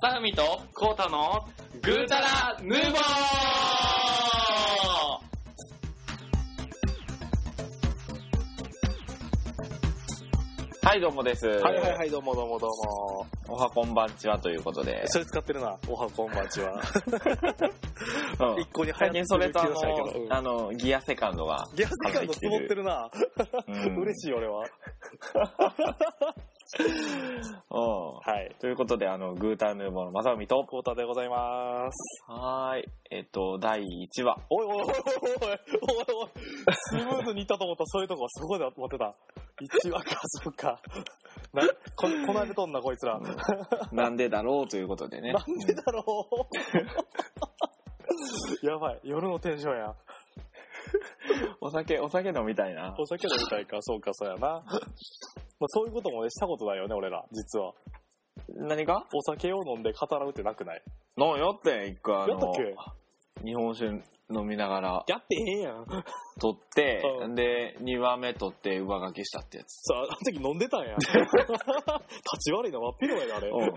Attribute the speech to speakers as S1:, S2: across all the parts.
S1: 正文とコータのグータラヌーボーはい、どうもです。
S2: はいはいはい、どうもどうもどうも。
S1: おはこんばんちはということで。
S2: それ使ってるな、おはこんばんちは。
S1: うん
S2: 一個に
S1: 最
S2: 入
S1: 近それとあの
S2: うん
S1: あの、ギアセカンド が。
S2: ギャス感の積もってるな。
S1: うん
S2: 嬉しい俺は。
S1: うん
S2: はい。
S1: ということで、あの、グータラヌーボーの正文と、
S2: コータでございます。
S1: はーい。えっと、第1話。
S2: おいおいおいおいおいおいおい。スムーズにいったと思ったそういうとこはすごいな待ってた。一話か、そっか。な、こ、こなれとんな、こいつら。なん
S1: なんでだろうということで ね。
S2: でだろう。やばい、夜のテンションや。
S1: うんお酒、お酒飲みたいな。
S2: お酒飲みたいか、そうか、そうやな。まあ、そういうこともね、したことないよね、俺ら、実は。
S1: 何か
S2: お酒を飲んで語らうってなくない
S1: 飲んよって、一回あ
S2: やったっ
S1: の、
S2: け
S1: 日本酒飲みながら
S2: やってへんやん。
S1: 取って、、
S2: うん
S1: で、2話目取って上書きしたってやつ。
S2: さあ、あの時飲んでたんや。 立ち悪いな、真っ昼間やで、あれ。
S1: うん。い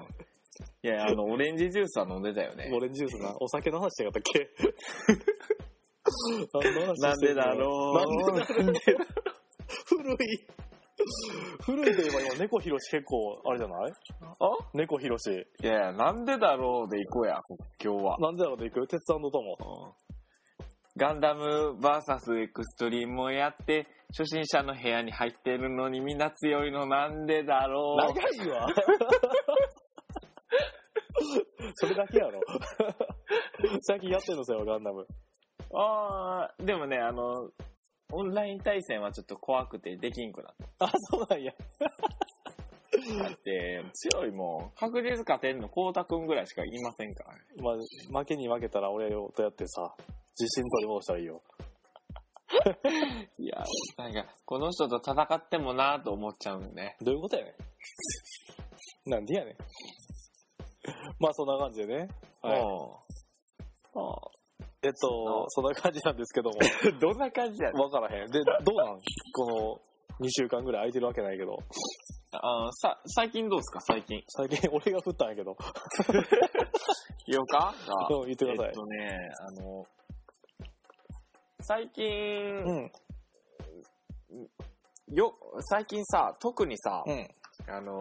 S1: や、あの、オレンジジュースは飲んでたよね。
S2: オレンジジュースな。お酒の話してなかったっ け何の話
S1: なん
S2: して
S1: で
S2: んの
S1: だろう。なんで
S2: 古い。古いといえば今、猫ひろし結構、あれじゃない
S1: あ
S2: 猫ひろし。
S1: いやいや、なんでだろうで行こうや、今日は。
S2: なんでだろうで行く鉄腕の友。
S1: ガンダム VS エクストリームをやって、初心者の部屋に入ってるのにみんな強いのなんでだろう。
S2: 長い わ。それだけやろ。最近やってんのさよ、ガンダム。
S1: ああ、でもね、あの、オンライン対戦はちょっと怖くてできんくなっ
S2: あ、そうなんや。
S1: たって、強いもん。確実勝てんの、光太くんぐらいしかいませんからね。
S2: まあ、負けに負けたら俺とやってさ、自信取り戻したらいいよ。
S1: いや、なんか、この人と戦ってもなぁと思っちゃうんでね。
S2: どういうことやねん。 なんでやねん。まあ、そんな感じでね。はい。
S1: うんあ
S2: えっと、そんな感じなんですけども。
S1: ーどんな感じや
S2: わからへん。で、どうなんこの、2週間ぐらい空いてるわけないけど。
S1: あーさ、最近どうですか最近。
S2: 最近俺が振ったんやけど。
S1: よかが
S2: うん、言ってくださ
S1: え
S2: い
S1: っ。とね、あの、最近、
S2: うん。
S1: よ、最近さ、特にさ、
S2: うん。
S1: あの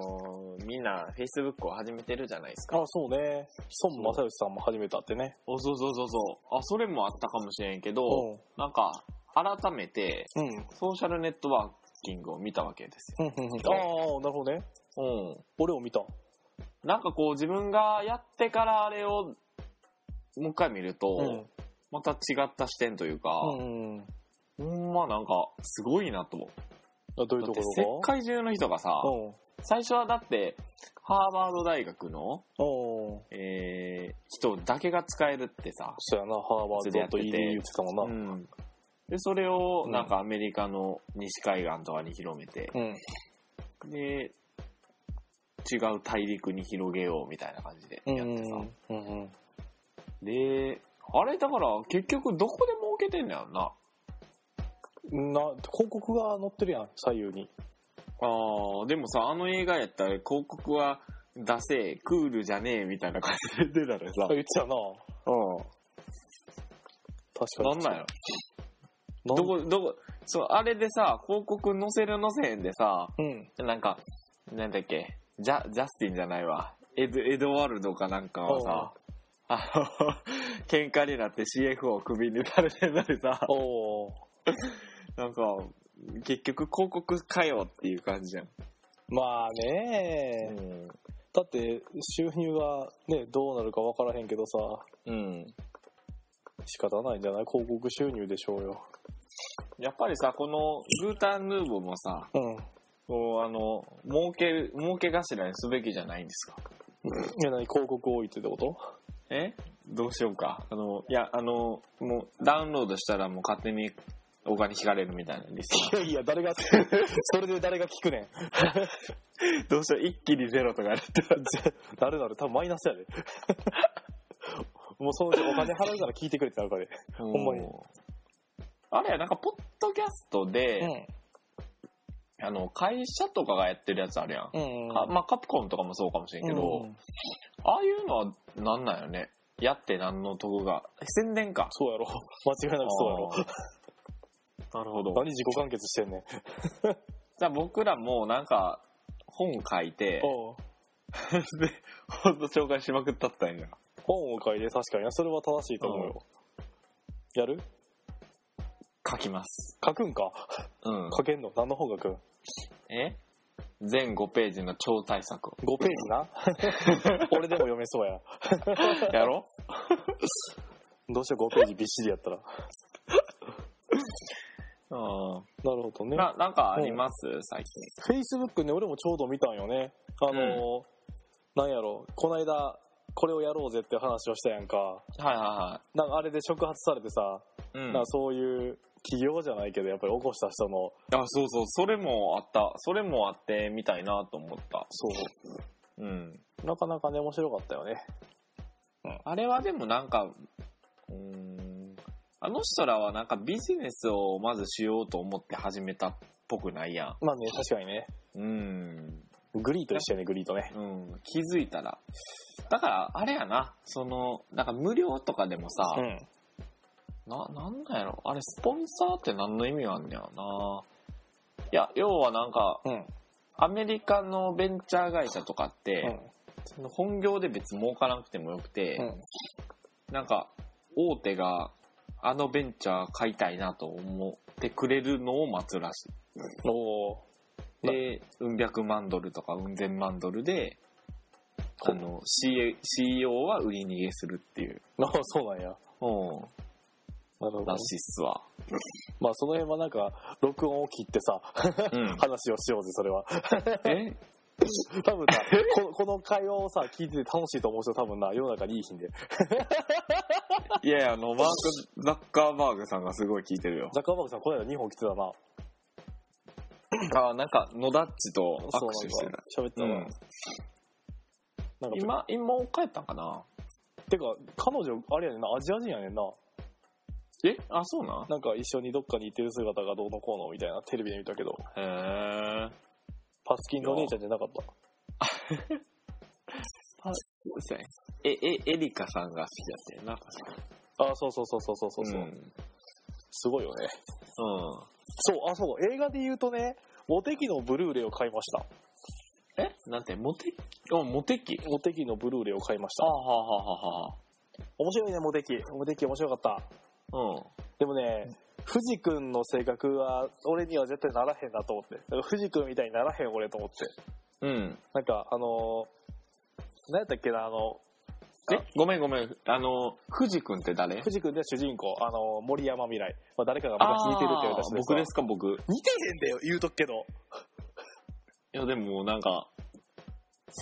S1: ーみんな Facebook を始めてるじゃないですか。
S2: あ、そうね。孫正義さんも始めたってね。
S1: おそうそうそうそう。あ、それもあったかもしれんけど、
S2: う
S1: なんか、改めて、
S2: ん。うん。
S1: ソーシャルネットワーキングを見たわけです
S2: うん。うん。うんああ、なるほどね。
S1: よ。
S2: 俺を見た。
S1: うん。なんかこう、自分がやってからあれを、もう一回見ると、
S2: うん。
S1: また違った視点というか、
S2: うん。あ
S1: ほんまなんか、すごいなと思う。
S2: どういう
S1: だ
S2: と
S1: って
S2: こ
S1: 世
S2: ろが
S1: 界中の人がさ、
S2: うん。
S1: 最初はだって、ハーバード大学の、
S2: うん。
S1: えー人だけが使えるってさ、
S2: そうやな、ハーバードと ED 言ってたもんな。
S1: うんで、それを
S2: うん
S1: なんかアメリカの西海岸とかに広めて、
S2: うん。
S1: で、違う大陸に広げようみたいな感じで
S2: うん。
S1: やってさ。
S2: うんうん。
S1: で、あれだから結局どこで儲けてんだよな。
S2: な、広告が載ってるやん、左右に。
S1: ああ、でもさ、あの映画やったら広告は出せえ、クールじゃねえみたいな感じで出たらさ
S2: あ、言ってたな。
S1: う
S2: 確
S1: ん。なんな
S2: かに。
S1: んやろ
S2: なん
S1: どこ、どこ、そう、あれでさ、広告載せる載せへんでさ、
S2: うん。
S1: なんか、なんだっけ、ジャ、ジャスティンじゃないわ。エド、エドワルドかなんかはさ、あの、 喧嘩になって CF をクビにされてたりさ、
S2: おー。
S1: なんか、結局広告かよっていう感じじゃん。
S2: まあね、
S1: うん。
S2: だって収入がね、どうなるか分からへんけどさ、
S1: うん。
S2: 仕方ないんじゃない広告収入でしょうよ。
S1: やっぱりさ、このグータンヌーボーもさ、
S2: うん。
S1: こう、あの、儲ける、儲け頭にすべきじゃないんですか。
S2: いや、何広告多いってこと
S1: えどうしようか。あの、いや、あの、もう、ダウンロードしたらもう勝手にお金引かれるみたいなリスト
S2: いやいや、誰 が、それで誰が聞くねん。
S1: どうしよう、一気にゼロとかやってたら。
S2: なるなる、多分マイナス やで。もうそのうちお金払うから聞いてくれってなるからね。
S1: ほ
S2: んまに。
S1: あれや、なんか、ポッドキャストで、あの、会社とかがやってるやつあるやん。
S2: うん。うん。
S1: かまあ、カプコンとかもそうかもしれんけど、ああいうのはなんなんよねやってなんのとこが宣伝か
S2: そうやろ。 間違いなくそうやろ。
S1: あーなるほど
S2: 何自己完結してんねん。
S1: じゃあ僕らもなんか本書いて
S2: おう
S1: で本当紹介しまくったったんや
S2: 本を書いて確かにな。それは正しいと思うよ。やる
S1: 書きます
S2: 書く んか
S1: うん
S2: 書けんの何の本書くん
S1: え全5ページの超大作 を
S2: ?5 ページな俺でも読めそうや。
S1: やろ
S2: どうしよう5ページびっしりやったら。
S1: う
S2: なるほど
S1: ん
S2: ね。
S1: ななんかあります最
S2: Facebook ね、俺もちょうど見たんよね。あの、なんやろ、こないだ、これをやろうぜって話をしたやんか。
S1: 近はいは
S2: なんかあれで触発されてさ、
S1: いはい、うん、
S2: なん
S1: あ
S2: かそういう企業じゃないけど、やっぱり起こした人の、
S1: そうそうそれもあったそれもあってみたいなと思った
S2: そう、
S1: うん
S2: なかなかね、面白かったよね。
S1: あれはでもなんかうーんあの人らはなんかビジネスをまずしようと思って始めたっぽくないや
S2: まあね、確かにね。
S1: んうん
S2: グリーと一緒やね、グリーとね。
S1: うん、気づいたら。だから、あれやな、その、なんか無料とかでもさ、
S2: うん。
S1: な、なんだやろ、あれ、スポンサーって何の意味があんねやろな。いや、要はなんか、
S2: うん。
S1: アメリカのベンチャー会社とかっ
S2: う
S1: て、
S2: ん。
S1: その本業で別に儲からなくてもよくて、
S2: うん
S1: なんか、大手が、あのベンチャー買いたいなと思ってくれるのを待つらしい。
S2: おー
S1: で、うん百万ドルとかうん千万ドルで、あの、CA CEO は売り逃げするっていう。
S2: あそうなん
S1: うん。
S2: や。なるほど
S1: ら。しいっす わ。
S2: まあその辺はなんか、録音を切ってさ、
S1: うん。
S2: 話をしようぜ、それは。
S1: え
S2: 多 分な、このこの会話をさ、聞いてて楽しいと思う人多分な、世の中にいいひんで。
S1: いやいや、あの、マーク・ザッカーバーグさんがすごい聞いてるよ。
S2: ザッカーバーグさん、この間2本来てたな。
S1: あなんか、野ダッチと握手してる。
S2: そうなんか喋ってた
S1: うん。
S2: な。なん
S1: 今、
S2: か、
S1: 今帰ったんかな
S2: てか、彼女、あれやねんな、アジア人やねんな。
S1: えあ、そうな
S2: なんか一緒にどっかにいてる姿がどうのこうのみたいな、テレビで見たけど、
S1: へえ。
S2: パスキンのお姉ちゃんじゃなかった。
S1: え、え、エリカさんが好きだったよな、確かに。
S2: あそうそうそうそうそうそう。う
S1: うん。
S2: すごいよね。
S1: うん
S2: そう、あ、そう、映画で言うとね、モテキのブルーレイを買いました。
S1: えなんて、モテキあ、モテキ
S2: モテキのブルーレイを買いまし
S1: あ
S2: た。
S1: はあはあはあは
S2: 面白いね、モテキ。モテキ面白かった。
S1: あ。うん。
S2: でもね、藤君の性格は、俺には絶対ならへんなと思って。だから藤君みたいにならへん俺と思って。
S1: うん。
S2: なんか、あのー、何やったっけな、あの、
S1: えごめんごめん。あの、藤君って誰
S2: 藤君で主人公、あのー、森山未来。まあ、誰かが昔似てるって言われた
S1: あ
S2: 人
S1: ー僕ですか、僕。い
S2: 似てへんだよ、言うとくけど。
S1: や、でもなんか、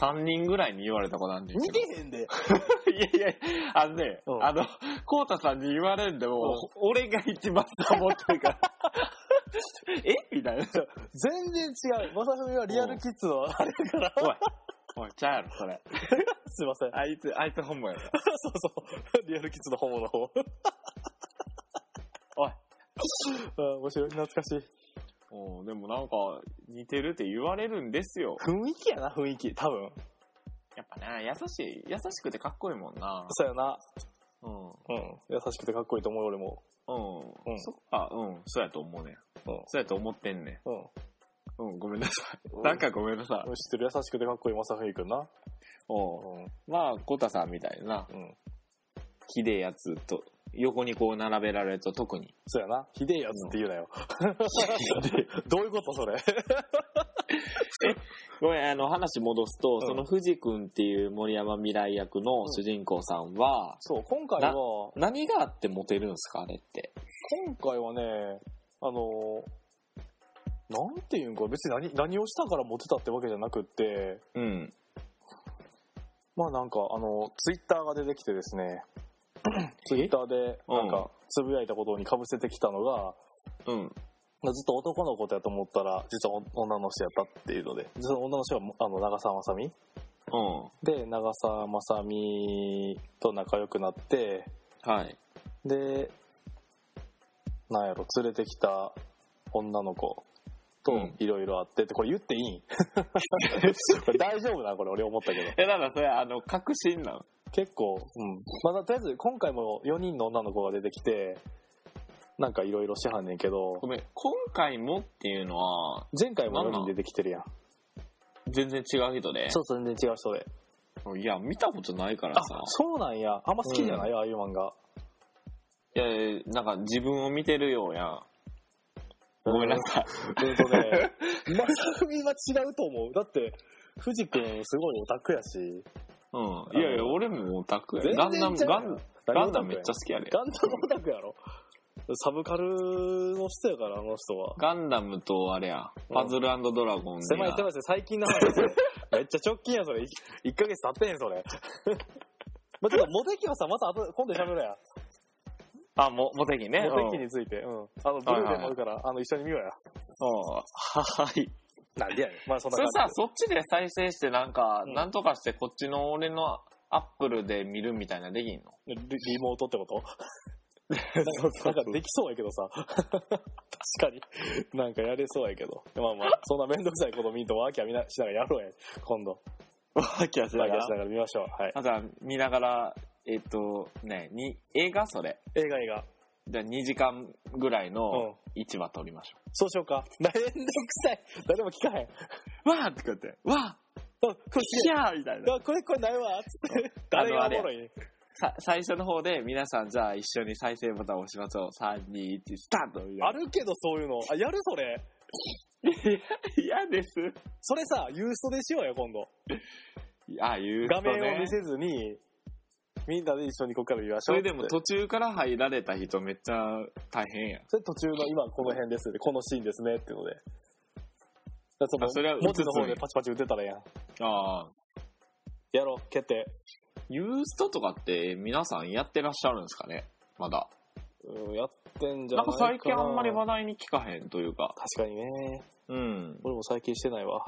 S1: 3人ぐらいに言われたことあるんです
S2: 似
S1: けど。
S2: てへんで。
S1: いやいや、あのね、
S2: うん
S1: あの、こうたさんに言われるんでも、俺が一番サボってる から。えみたいな。
S2: 全然違う。まさみはリアルキッズのあれやから。
S1: おい、おい、ちゃうやろ、それ。
S2: すいません。
S1: あいつ、あいつ本物やろ。
S2: そうそう。リアルキッズのホモの 方。
S1: おい
S2: あ。面白い。懐かしい。
S1: おでもなんか、似てるって言われるんですよ。
S2: 雰囲気やな、雰囲気。多分。
S1: やっぱな、優しい、優しくてかっこいいもんな。
S2: そうやな。
S1: うん。うん。
S2: うん。優しくてかっこいいと思う、俺も。うん
S1: そっか、うん、そうやと思うねん。
S2: うん
S1: そうやと思ってんねん。
S2: うん。
S1: うん、ごめんなさ
S2: う
S1: い。
S2: ん
S1: なんかごめんなさい。
S2: 知ってる優しくてかっこいい正文くんな。
S1: おう
S2: うん。
S1: まあ、コタさんみたいな、
S2: うん。
S1: 綺麗やつと、横にこう並べられると特に。
S2: そうやな。ひでえやつって言うな よ。でどういうことそれ。
S1: ごめん、あの、話戻すと、
S2: ん
S1: その藤君っていう森山未来役の主人公さんは、
S2: そう、今回は
S1: な、何があってモテるんですかあれって。
S2: 今回はね、あの、なんていうんか、別に何、何をしたからモテたってわけじゃなくって、
S1: うん。
S2: まあなんか、あの、ツイッターが出てきてですね、ツイッターで、
S1: うん
S2: なんか、つぶやいたことに被せてきたのが、
S1: うん。
S2: ずっと男の子だと思ったら、実は女の人やったっていうので、実は女の人は、あの、長澤まさみ
S1: うん。
S2: で長澤まさみと仲良くなって
S1: はい。
S2: でなんやろ連れてきた女の子
S1: う
S2: と
S1: ん
S2: いろいろあってって、これ言っていいん これ大丈夫なこれ俺思ったけど。
S1: え、なんかそれ、あの、確信なの
S2: 結構、うん。まあ、とりあえず今回も4人の女の子が出てきて、なんかいろいろしはんねんけど
S1: ご、めん、今回もっていうのは、
S2: 前回も4人出てきてるやん。
S1: 全然違う人で。
S2: そうそう、全然違う人で。
S1: いや、見たことないから
S2: あ
S1: さ、。
S2: そうなんや。あんま好きじゃない、ああいう漫画。
S1: いや、なんか自分を見てるようやん。ごめんなさい。
S2: うんとね、 まさみは違うと思う。だって、藤君すごいオタクやし。
S1: うん。いやいや、俺もオタクや。
S2: 全
S1: ガンダ
S2: 然
S1: ム、
S2: ちゃう
S1: ガ
S2: や
S1: ン
S2: ん
S1: ガンダムめっちゃ好きやで。
S2: ガンダムオタクやろ。サブカルの人やから、あの人は。
S1: ガンダムとあれや、パズルドラゴンで
S2: 狭
S1: や。
S2: い狭い狭い、最近の話。 それめっちゃ直近やん、それ。1ヶ月経ってへん、それ。 まあ、ちょっと、モテキはさ、また後で今度喋ろうや。
S1: あ、も、モテキね。
S2: モテキについて。うん。あの、ブルーレイもあるから、あの、一緒に見ようや。
S1: うん。うんはい。
S2: なんでやねん。まあ、そん な
S1: それさ
S2: 感じ、
S1: そっちで再生して、なんか、
S2: うん
S1: なんとかしてこっちの俺のアップルで見るみたいなできんの
S2: リ。リモートってこと
S1: そう
S2: なんかできそうやけどさ。確かに。なんかやれそうやけど。まあまあ、そんなめんどくさいこと見んとワーキャー見なしながらやろうや。今度。
S1: わきゃし
S2: ワ
S1: ながら。
S2: ーキャーしながら見ましょう。はい。
S1: あとは見ながら、えっと、ね、に、映画それ。
S2: 映画映画。
S1: じゃあ2時間ぐらいの
S2: う
S1: 市場撮りましょ
S2: そうしようか。 めんどくさい。誰も聞かへん。
S1: う。わーって言って、わ
S2: あこれ
S1: ー
S2: す
S1: ひ
S2: げえ
S1: ゃーみたいな。
S2: あこれこれないわ。つって。誰がおもろいねん
S1: さ最初の方で皆さんじゃあ一緒に再生ボタンを押しましょう。3、2、1、スタートみた
S2: あ
S1: いな。
S2: るけどそういうの。あ、やるそれ。
S1: れ嫌です。
S2: それさ、ユーストでしようよ、今度。
S1: ああ、言うと
S2: 画
S1: ね。
S2: 面を見せずに、みんなで一緒にここから見まし
S1: そ
S2: ょう。
S1: れでも
S2: つって
S1: 途中から入られた人めっちゃ大変やん。
S2: それ途中の今この辺ですね、このシーンですねっていうので。だから
S1: あそ
S2: そ
S1: れは
S2: の文字
S1: 映す
S2: の
S1: んや
S2: 方でパチパチ打てたらやん。
S1: ああ。
S2: やろう、決定。
S1: ユーストとかって皆さんやってらっしゃるんですかねまだ。
S2: うん、やってんじゃ
S1: な
S2: ない
S1: ん
S2: か
S1: か
S2: な。
S1: 最近あんまり話題に聞かへんというか。
S2: 確かにね。
S1: うん。
S2: 俺も最近してないわ。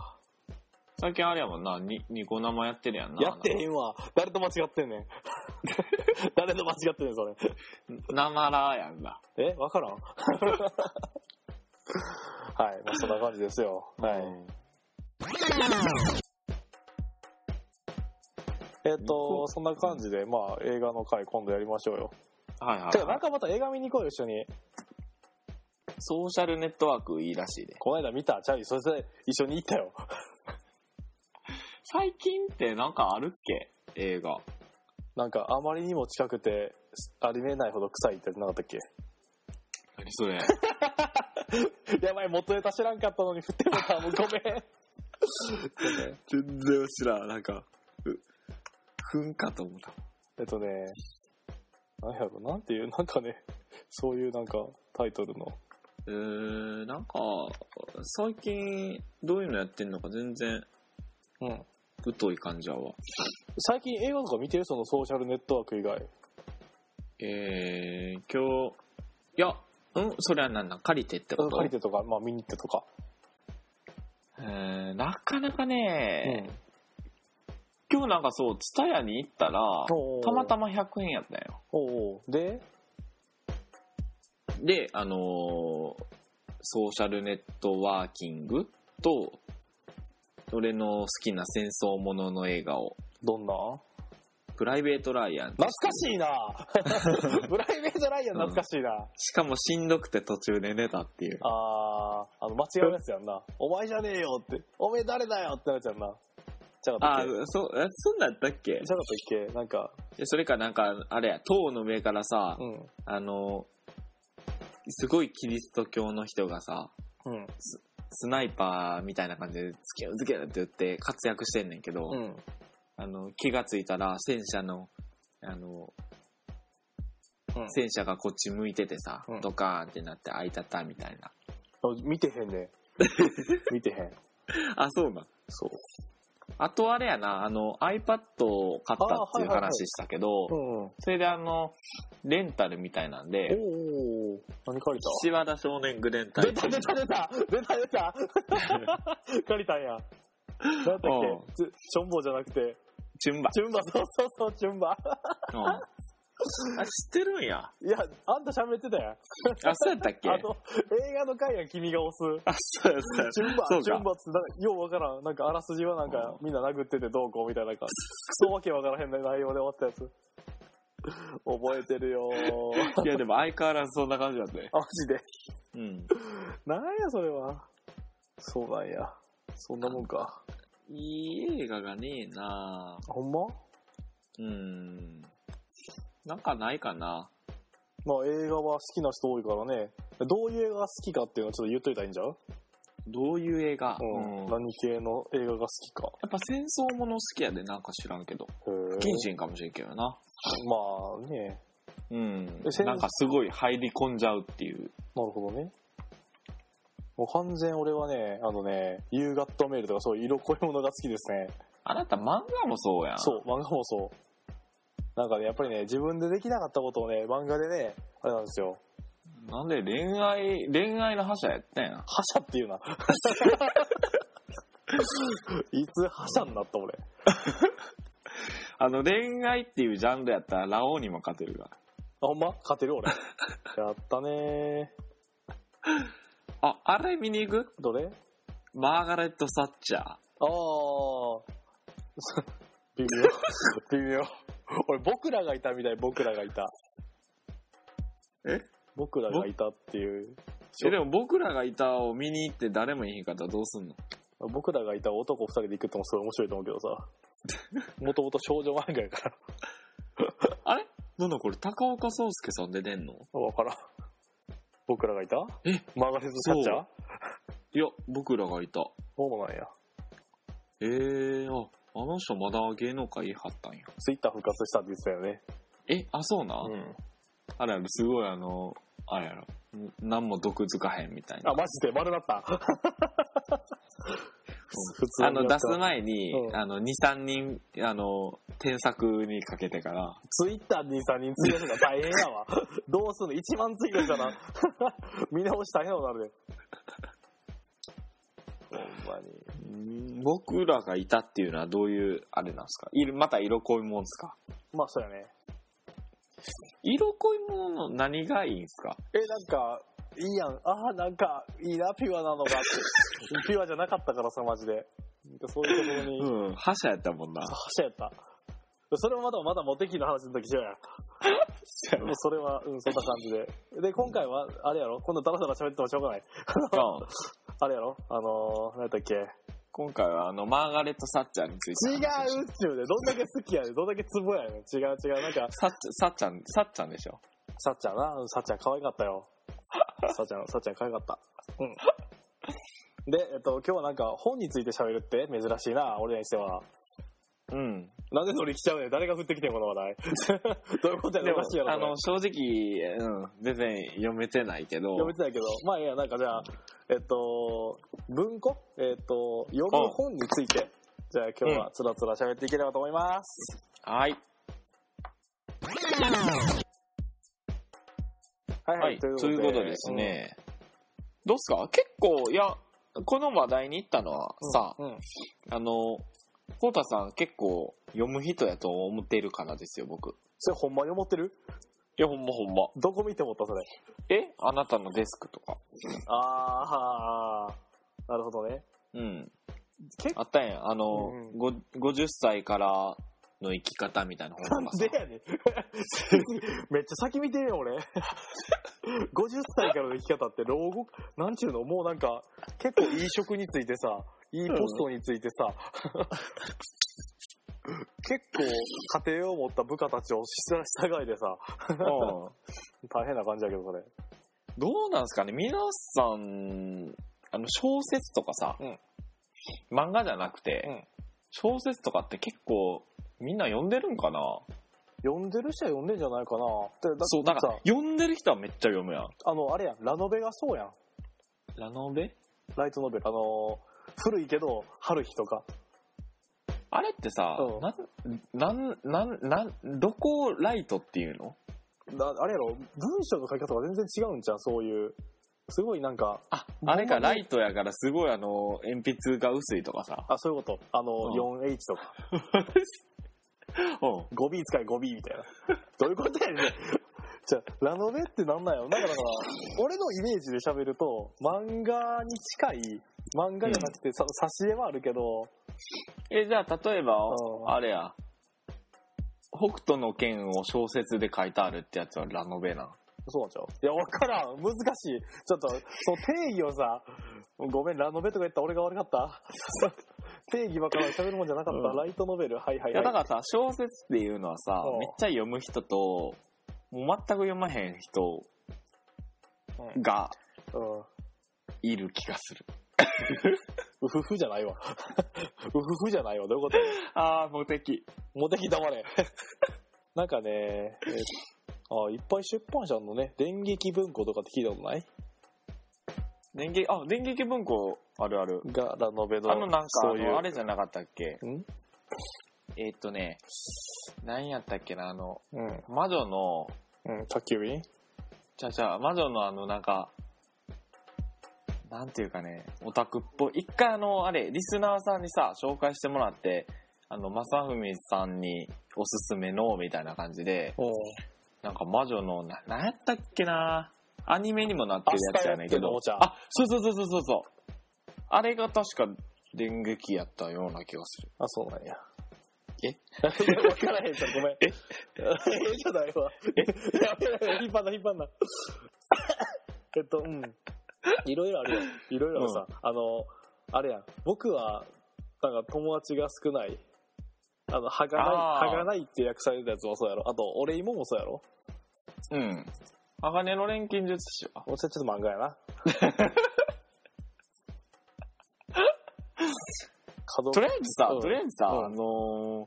S1: 最近あれやもんな、に、ニコ生やってるやんな。
S2: やってへんわ。誰と間違ってんねん。 誰と間違ってんねん、それ。
S1: 生らやんな。
S2: えわからん はい、まあ、そんな感じですよ。はい。えっ、と、そんな感じで、まあ、映画の回今度やりましょうよ。
S1: はいは
S2: て
S1: い
S2: か、
S1: は
S2: ないん。かまた映画見に行こうよ、一緒に。
S1: ソーシャルネットワークいいらしいで。
S2: この間見た、チャーリー、それで一緒に行ったよ。
S1: 最近ってなんかあるっけ映画。
S2: なんか、あまりにも近くて、ありえないほど臭いってなかったっけ
S1: 何それ。
S2: やばい、元ネタ知らんかったのに振ってもた、もうごめん。
S1: 全然知らん。なんか、ふ、んかと思った。
S2: えっとね、なんやろ、なんていう、なんかね、そういうなんかタイトルの。
S1: えー、なんか、最近、どういうのやってんのか全然、
S2: うん。
S1: 疎い感じやわ。
S2: 最近映画とか見てるそのソーシャルネットワーク以外。
S1: えー、今日、いや、うん、それはなんなん、借りてってこと
S2: 借りてとか、まあ見に行ってとか。
S1: えーなかなか
S2: う
S1: ね、
S2: ん。
S1: 今日なんかそう、ツタヤに行ったら、
S2: おー
S1: たまたま100円やったんよ。
S2: おうおうで、
S1: で、あのーソーシャルネットワーキングと、俺の好きな戦争ものの映画を、
S2: どんな
S1: プライベート・ライアンって
S2: 懐かしい なプライベートライアン懐かしいな、
S1: しかもしんどくて途中で寝たっていう。
S2: あー、あの、間違うやつやんな。お前じゃねえよって。おめえ誰だよってなっちゃうな。ちゃうか
S1: あ
S2: ったっけ
S1: そ、あそんなんやったっけ
S2: ちゃうかったっけなんか、
S1: でそれかなんか、あれや、塔の上からさ、
S2: うん。
S1: あの、すごいキリスト教の人がさ、
S2: うん。
S1: スナイパーみたいな感じで、つけよつけよって言って活躍してんねんけど、
S2: うん。
S1: あの、気がついたら戦車の、あの、
S2: うん
S1: 戦車がこっち向いててさ、
S2: うん
S1: ドカーンってなって開いたったみたいな。
S2: あ見てへん ね。見てへん。
S1: あ、そうなん。
S2: そう。
S1: あとあれやな、あの、iPad を買ったっていう
S2: あはいはいはい
S1: 話したけど、
S2: うん、うん。
S1: それであの、レンタルみたいなん
S2: お
S1: で、
S2: お何借りた
S1: 岸和田少年グレンタ
S2: 出
S1: ル。
S2: た出た出た出た出 た借りたんや。なんだっ
S1: う
S2: けつチョンボじゃなくて、
S1: チュンバ。
S2: チュンバ、そうそうそう、チュンバ。
S1: うんあ、知ってるんや。あ、
S2: いや、あんた喋ってたやん。
S1: そうやったっけ
S2: あの、映画の回やん、君が押 す。
S1: あ、そうや、そうや。
S2: 順
S1: そ
S2: 番、
S1: うか
S2: 順番って、なんかようわからん。なんか、あらすじはなんか、みんな殴っててどうこうみたいな、なんか、クソわけわからへんな内容で終わったやつ。覚えてる よー。
S1: いや、でも相変わらずそんな感じだったね。
S2: あ、マジで。
S1: うん。
S2: なんや、それは。そうなんや。そんなもんか。
S1: いい映画がねえな
S2: ほんま
S1: うん。なんかないかな。
S2: まあ、映画は好きな人多いからね。どういう映画が好きかっていうのはちょっと言っといたらいいんじゃう
S1: どういう映画
S2: うん。
S1: うんや
S2: 何系の映画が好きか。
S1: っぱ戦争もの好きやで、なんか知らんけど。
S2: へー
S1: 不謹慎かもしれんけどな。
S2: まあね。
S1: うん
S2: え戦
S1: なんかすごい入り込んじゃうっていう。
S2: なるほどね。もう完全俺はね、あのね、夕方メールとかそういう色濃いものが好きですね。
S1: あなた漫画もそうやん。
S2: そう、漫画もそう。なんかね、やっぱりね、自分でできなかったことをね、漫画でね、あれなんですよ。
S1: なんで恋愛、恋愛の覇者やったんやん。
S2: 覇者っていうな。いつ覇者になった俺。
S1: あの、恋愛っていうジャンルやったら、ラオウにも勝てるが。
S2: あ、ほんま勝てる俺。やったね
S1: あ、あれ見に行く
S2: ー。どれ
S1: マーガレット・サッチャー。
S2: あー。微妙。微妙。俺、僕らがいたみたい、僕らがいた。
S1: え
S2: 僕らがいたっていう。
S1: え、でも僕らがいたを見に行って誰もいへんかったらどうすんの
S2: 僕らがいた男二人で行くってもすごい面白いと思うけどさ。もともと少女漫画やから。
S1: あれなんだこれ、高岡壮介さんで出んの
S2: わからん。僕らがいた
S1: え
S2: マーガレット・サッチャー
S1: いや、僕らがいた。
S2: そうなんや。
S1: えー、あ、あの人まだ芸能界いはったんや。
S2: ツイッター復活したって言ってたよね。
S1: え、あ、そうなん、
S2: うん。
S1: あれやろ、すごいあの、あれやろ、ん何も毒づかへんみたいな。
S2: あ、マジで丸な った。普通
S1: あの、出す前に、
S2: うん
S1: あの、2、3人、あの、添削にかけてから、
S2: ツイッターにさ、人ツイートするのが大変や わ。どうすんの ?1 万ツイートしたら、 見直し大変なことになるで。ほんまに。
S1: 僕らがいたっていうのはどういう、あれなんですかいるまた色恋もんですか
S2: まあ、そうやね。
S1: 色恋ものの何がいいんすか
S2: え、なんか、いいやん。ああ、なんか、いいな、ピュア なのがって。ピュアじゃなかったからさ、マジで。なんかそういうところに、覇
S1: うん、覇者やったもんな。
S2: 者やった。それもまだまだモテキの話の時しようや。も うそれは、うん、そんな感じで。で、今回は、あれやろ今度ダラダラ喋ってもしょうがない。
S1: うん
S2: あれやろあのー、何やったっけ
S1: 今回はあの、マーガレット・サッチャーについて。
S2: 違うっちゅうね。どんだけ好きやねん。どんだけツボやねん。違う違う。なんか、
S1: サッチャサッチャン、サッチャンでしょ
S2: さっちゃんな。うんさっちゃん可愛かったよ。さっちゃん、さっちゃん可愛かった。うん。で、えっと、今日はなんか本について喋るって珍しいな、俺らにしては。
S1: うん。
S2: なんで乗り来ちゃうねん。誰が振ってきてん、この話題。 どういうことや
S1: で
S2: ねん。お
S1: も
S2: かしいや、ろ。
S1: あ
S2: これ
S1: の、正直、うん、全然読めてないけど、
S2: 読めてないけど、まあいいや、なんかじゃあ、えっと、文庫えっと、読む本について、じゃあ今日はつらつら喋っていければと思います。
S1: はい。
S2: はい
S1: はい、ということでです。ね、どうっすか結構、いや、この話題に行ったのは
S2: うん
S1: さ、
S2: うん、
S1: あの、コータさん結構読む人やと思っているからですよ、僕。
S2: それほんまに思ってる
S1: いや、ほんまほんま。
S2: どこ見て思ったそれ。
S1: えあなたのデスクとか。
S2: あー、なるほどね。
S1: うん。
S2: 結
S1: あったやん。あの、
S2: うんうん
S1: ご50歳からの生き方みたいな本と
S2: なん
S1: かさ
S2: で。やねん。 めっちゃ先見てるよ、俺。50歳からの生き方って老後、なんちゅうの、もうなんか、結構いい職についてさ、いいポストについてさ、 結構家庭を持った部下たちを従いでさ、
S1: うん
S2: 大変な感じだけど、それ。
S1: どうなんすかね皆さん、あの、小説とかさ、
S2: うん
S1: 漫画じゃなくて、
S2: うん
S1: 小説とかって結構、みんな読んでるんかな
S2: 読んでる人は読んでんじゃないかな。でだ
S1: そう、なん
S2: さ
S1: か、、読んでる人はめっちゃ読むやん。
S2: あの、あれやん、ラノベがそうやん。
S1: ラノベ
S2: ライトノベル。あのー古いけど、春日とか。
S1: あれってさ、
S2: うん
S1: なん、なん、なん、なん、どこをライトっていうの
S2: だあれやろ文章の書き方が全然違うんじゃんそういうすごいなんか
S1: あ、あれか、
S2: ほんま
S1: ラ
S2: に
S1: イトやから、すごいあ の、鉛筆が薄いとかさ。
S2: あそういうことあの、
S1: う
S2: 4H とか
S1: うん。
S2: ゴビ使いゴビみたいな。 どういうことやねん。 じゃあラノベってなんなんやろなんかだから、俺のイメージで喋ると、漫画に近い、漫画じゃなくて、さ挿絵はあるけど、
S1: え、じゃあ、例えば
S2: う、ん
S1: あれや、北斗の剣を小説で書いてあるってやつはラノベなん。
S2: そうなんちゃういや、わからん。難しい。ちょっと、その定義をさ、ごめん、ラノベとか言った俺が悪かった。 定義ばっかり喋るもんじゃなかった。
S1: うん
S2: ライトノベル、はいはい
S1: い
S2: は
S1: や、
S2: い。
S1: だからさ、小説っていうのはさ
S2: うん、
S1: めっちゃ読む人と、もう全く読まへん人
S2: うん
S1: が
S2: うん。
S1: いる気がする。
S2: うふふじゃないわ。 うふふじゃないわ。どういうこと
S1: あー、無敵。
S2: モテキ黙れ。 なんかね、えあいっぱい出版社のね、電撃文庫とかって聞いたことない
S1: 電撃、あ、電撃文庫あるある。
S2: が、ラノベの。
S1: あのなんか、
S2: そうい
S1: あ
S2: う。
S1: のあれじゃなかったっけ
S2: ん
S1: えーっとね、何やったっけな、あの、
S2: うん。
S1: 魔女の、
S2: うん。宅急便
S1: じゃあじゃあ、魔女のあの、なんか、なんていうかね、オタクっぽい。一回あの、あれ、リスナーさんにさ、紹介してもらって、あの、まさふみさんにおすすめの、みたいな感じで、
S2: おう
S1: なんか魔女の、な、なんやったっけなアニメにもなってるやつやねんけど
S2: ア。スカやってんのおもちゃ
S1: あ、そうそうそうそうそうそう。あれが確か電撃やったような気がする。
S2: あ、そうなんや。
S1: え
S2: わからへんからごめん。ええじゃないわ。えやべえ、引っ張んな、引っ張んな。えっと、うん。いろいろあるよ。いろいろあるさ、あの、あれやん。僕は、なんか友達が少ない。あの、はが
S1: あ
S2: な
S1: ー
S2: い、はがないって訳されたやつもそうやろ。あと、俺芋もそうやろ。
S1: うん。鋼の錬金術師は。
S2: 俺ちょっと漫画や な。角
S1: とりあえずさ、
S2: うん
S1: とりあえずさ、
S2: うん。
S1: あのー、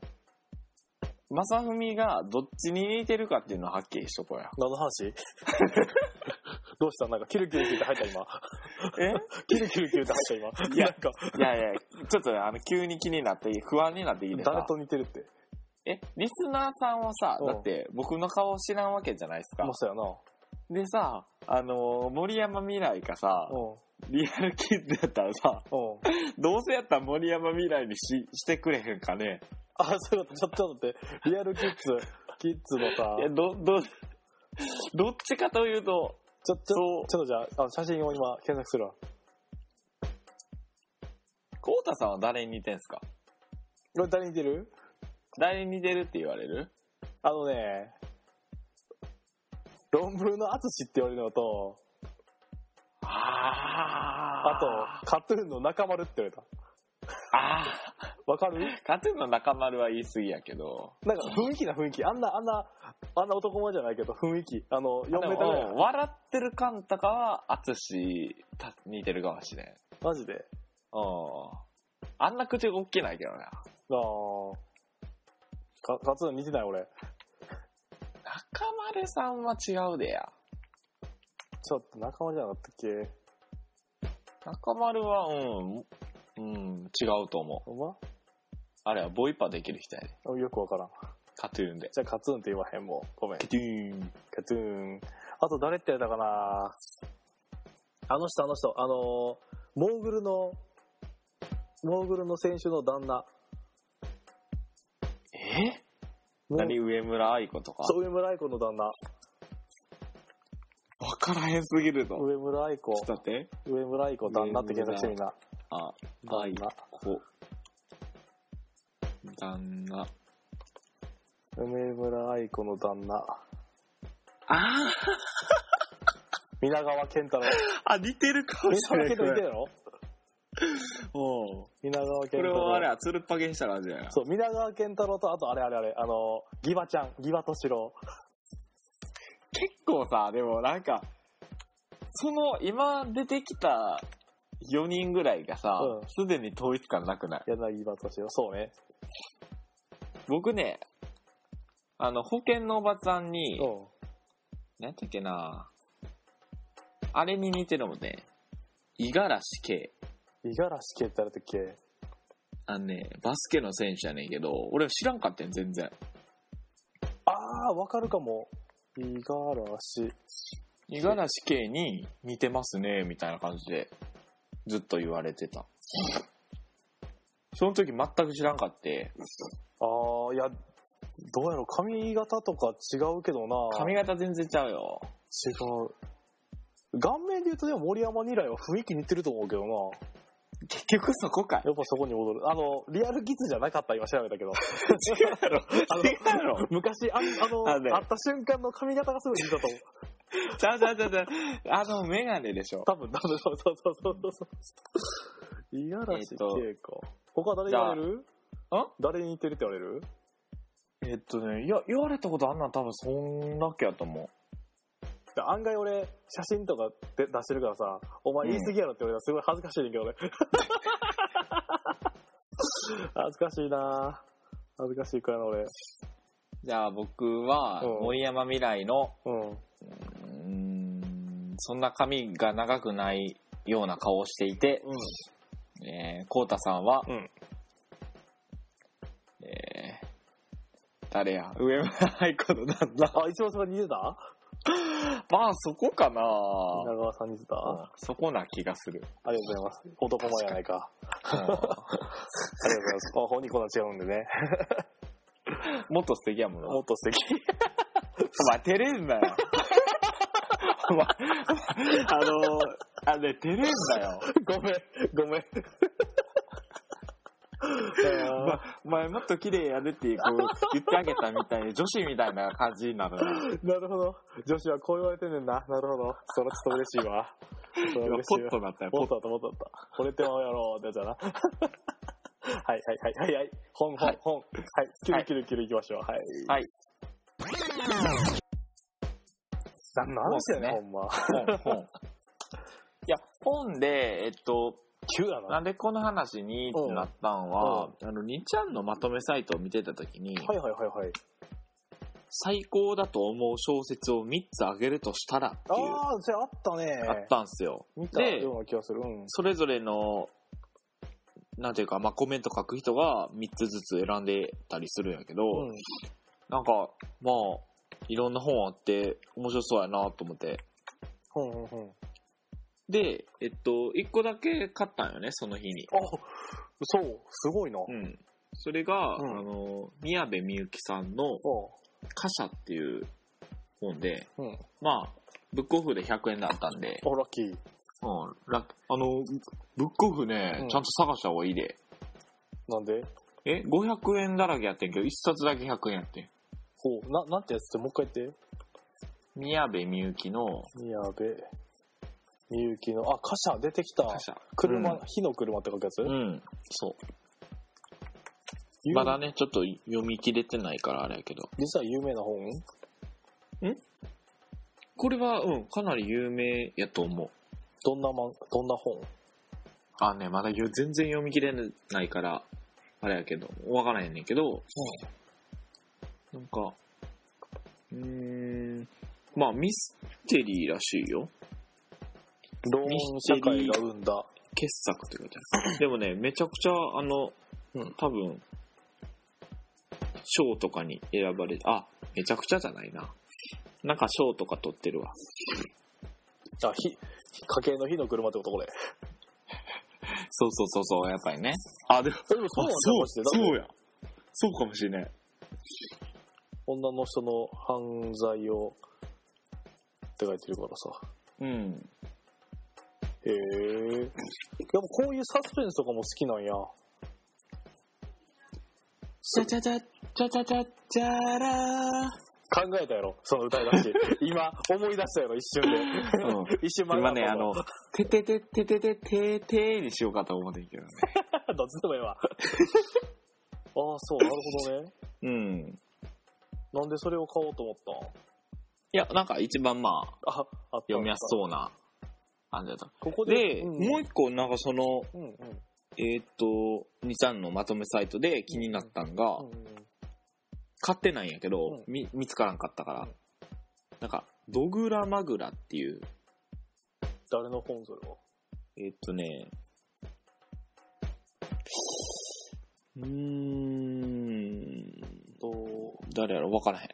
S1: まさふみがどっちに似てるかっていうのははっきりしとこうや
S2: 何の話 どうしたなんかキュルキュルキュルって入 った今。
S1: え
S2: キュルキュルキュルって入った今。
S1: いや
S2: なんか、
S1: いやいや、ちょっとねあの、急に気になって、不安になっていいです
S2: 誰
S1: か
S2: と似てるって。
S1: え、リスナーさんはさ、
S2: うん
S1: だって僕の顔知らんわけじゃないですか
S2: ま。そうやな。う
S1: でさ、あのー、森山未来かさ、リアルキッズやったらさ、
S2: ん。うん。
S1: どうせやったら森山未来にししてくれへんかね。
S2: あ、そういうこと、ちょっと待って。リアルキッズ、キッズのさ
S1: い、や、ど、ど、どっちかというと、
S2: ちょ、ちょ、ち
S1: そ
S2: ょ
S1: う
S2: っとじゃあ、あの写真を今検索するわ。
S1: コウタさんは誰に似てんすか
S2: これ誰に似てる
S1: 誰に似てるって言われる
S2: あのね、論文の淳って言われるのと、
S1: あ
S2: あと、カトゥーンの中丸って言われた。
S1: と、あ
S2: わかる
S1: ーカトゥーンの中丸は言い過ぎやけど、
S2: なんか雰囲気な雰囲気。あんな、あんな、あんな男前じゃないけど、雰囲気。あの、4メー
S1: で
S2: ターぐらい
S1: も、笑ってる感とかは、アツシた似てるかもしれん。うん。
S2: マジで。
S1: あんな口動けないけどな。
S2: あーか、カツオ似てない俺。
S1: 中丸さんは違うでや。
S2: ちょっと仲間じゃなかったっけ
S1: 中丸は、うん、うん、違うと思う。
S2: ほんま
S1: あれはボイパできる人やで。
S2: あよくわからん。
S1: カトゥーンで。
S2: じゃあカツンって言わへんもう。ごめん。
S1: トゥーン。
S2: カツン。あと誰ってやったかなあの人あの人。あのー、モーグルの、モーグルの選手の旦那。
S1: え
S2: モー
S1: 何上村愛子とか
S2: そう、上村愛子の旦那。
S1: わからへんすぎるぞ。
S2: 上村愛子
S1: ちょっ。と待って。
S2: 上村愛子旦那って検索してみんな。
S1: あ、
S2: 旦那。
S1: こ旦那。
S2: 梅村愛子の旦那。
S1: あ
S2: 皆川健 太郎。
S1: あ似てるかも
S2: 皆
S1: しれない。
S2: 川健太郎似てるやろ
S1: おう
S2: 皆川
S1: こ
S2: 健
S1: れ
S2: 太郎。
S1: をあれは、つるっぱげにした感じやな。
S2: そう、皆川健太郎と、あとあれあれあれ、あの、ギバちゃん、ギバ敏郎。
S1: 結構さ、でもなんか、その今出てきた4人ぐらいがさ
S2: う、ん
S1: すで、に統一感なくない
S2: 柳葉敏郎。そうね。
S1: 僕ね、あの、保険のおばさんに、
S2: うん。
S1: なんだっけなあれに似てるもんね、五十嵐圭。
S2: 五十嵐圭って誰だっけ
S1: あのね、バスケの選手やねんけど、俺知らんかったん全然。
S2: あー、わかるかも。五十嵐。
S1: 五十嵐圭に似てますね、みたいな感じで、ずっと言われてた。その時全く知らんかって、
S2: あー、いや、どうやろう髪型とか違うけどな
S1: 髪型全然ちゃうよ。
S2: 違う顔面で言うとでも森山未来は雰囲気似てると思うけどな
S1: 結局そこかい。
S2: やっぱそこに戻るあのリアルキッズじゃなかった今調べたけど
S1: 違うやろ。 違うやろ。
S2: 昔ああの
S1: あね
S2: 会った瞬間の髪型がすごい似たと思う
S1: ちゃうちゃうちゃうちゃう。あの、メガネでしょ。
S2: 多分多分そうそうそうそうそう五十嵐圭か他誰に言われる
S1: じゃあん
S2: 誰に似てるって言われる
S1: えっとね、いや、言われたことあんなん多分そんだけやと思う。
S2: 案外俺写真とかで出してるからさお前言い過ぎやろって言われたらすごい恥ずかしいねん けど俺恥ずかしいな恥ずかしいからな俺
S1: じゃあ僕は、
S2: うん
S1: 森山未来の、
S2: うん
S1: うーん、そんな髪が長くないような顔をしていて、
S2: うん
S1: えー、こうたさんは、
S2: うん
S1: えー、誰や上村愛子の旦那。
S2: あ一番それ似てた
S1: まあ、そこかな
S2: 長川さん似てたあ
S1: そこな気がす る。
S2: りがとうございます男前やないかありがとうございますあ本人こんな違うんでね
S1: もっと素敵やもんな。
S2: もっと素敵
S1: お前、照れんなよ。お前、あの、 あれ、照れんなよ。
S2: ごめん ごめん
S1: お
S2: あ
S1: 前お前、もっと綺麗やでって、こう、 言ってあげたみたいに、女子みたいな感じに なるな。
S2: ーなるほど女子はこう言われてんねんななるほどそれちょっと嬉しいわそれ
S1: 今
S2: 嬉
S1: ポ
S2: しい
S1: ッ
S2: わ
S1: となったよ、ポ
S2: も
S1: ッ
S2: っとだった、もっとだった。これってまうやろうってやつやな。 はいはいはいはいはい。本
S1: は
S2: 本
S1: い
S2: 本。はい。キルキルキルいきましょう。はい。
S1: はい。
S2: なんなんですよね、
S1: そ
S2: ほんま。
S1: 本、本。いや、本で、えっと、
S2: 急やな。
S1: な
S2: は
S1: んでこの話にってなったんは、あの、にちゃんのまとめサイトを見てた時に、
S2: いはいはいはい。
S1: 最高だと思う小説を3つあげるとしたらっていう、
S2: ああ、それあったね。
S1: あったんすよ。
S2: 見た
S1: で
S2: ような気がする。うん。
S1: それぞれの、なんていうか、まあ、コメント書く人が3つずつ選んでたりするんやけど、
S2: うん
S1: なんか、まあ、いろんな本あって、面白そうやなと思って。
S2: うんうんうん。
S1: で、えっと、1個だけ買ったんよね、その日に。
S2: あそう、すごいな。
S1: うん。それが、
S2: うん
S1: あの、宮部みゆきさんの、
S2: う
S1: 貨車っていう本で、
S2: ん。うん。
S1: まあ、ブックオフで100円だったんで、
S2: お、ラッキー。
S1: うん、ラあの、ブックオフね、
S2: うん
S1: ちゃんと探した方がいいで。
S2: なんで
S1: え、500円だらけやってんけど、1冊だけ100円やってん。
S2: ほう、な、なんてやつってもう一回言って。
S1: 宮部みゆきの
S2: 宮部。みゆきの、あ、貨車出てきた。
S1: 貨車。
S2: 車、
S1: うん
S2: 火の車って書くやつ、
S1: うん、そう。
S2: 有
S1: まだね、ちょっと読み切れてないからあれやけど。
S2: 実は有名な本
S1: これは、うん、かなり有名やと思う。
S2: どんなまん、どんな本
S1: あ、ね、まだゆ全然読み切れないから、あれやけど、わからへんねんけど、なんか、うーん、まあミステリーらしいよ。
S2: ローン社会が生んだ。
S1: 傑作って書いてあ る。でもね、めちゃくちゃ、あの、
S2: うん
S1: 多分、賞とかに選ばれて、あ、めちゃくちゃじゃないな。なんか賞とか取ってるわ。
S2: あ、火、家計の火の車ってことこれ。
S1: そうそうそう、そうやっぱりね。あ、でも、
S2: でもそうなんだ、マジで。だって
S1: うや。そうかもしれない。
S2: 女の人の犯罪を、って書いてるからさ。
S1: うん。
S2: へえ。やっぱこういうサスペンスとかも好きなんや。
S1: ちゃちゃちゃ、ちゃちゃちゃ、ちゃら
S2: 考えたやろ、その歌い出 し。今、思い出したやろ、一瞬で。
S1: ー。うん。
S2: 一瞬前
S1: 今ね、あの、ててててててててにしようかと思ってんけどね。
S2: どっちでもえ えわ。ああ、そう、なるほどね。
S1: うん。
S2: なんでそれを買おうと思ったん
S1: いや、なんか一番まあ、
S2: あ、あった
S1: 読みやすそうな感じだった。
S2: ここで、
S1: で、
S2: うん
S1: もう一個、なんかその、
S2: うんうんう
S1: えーっと、にちゃんのまとめサイトで気になったんが、
S2: んうん。
S1: 買ってないんやけど、
S2: う
S1: み見つからんかったから、
S2: うん
S1: なんか、ドグラマグラっていう、
S2: 誰の本それは
S1: えーっとね、うーん、
S2: と、
S1: 誰やろわからへん。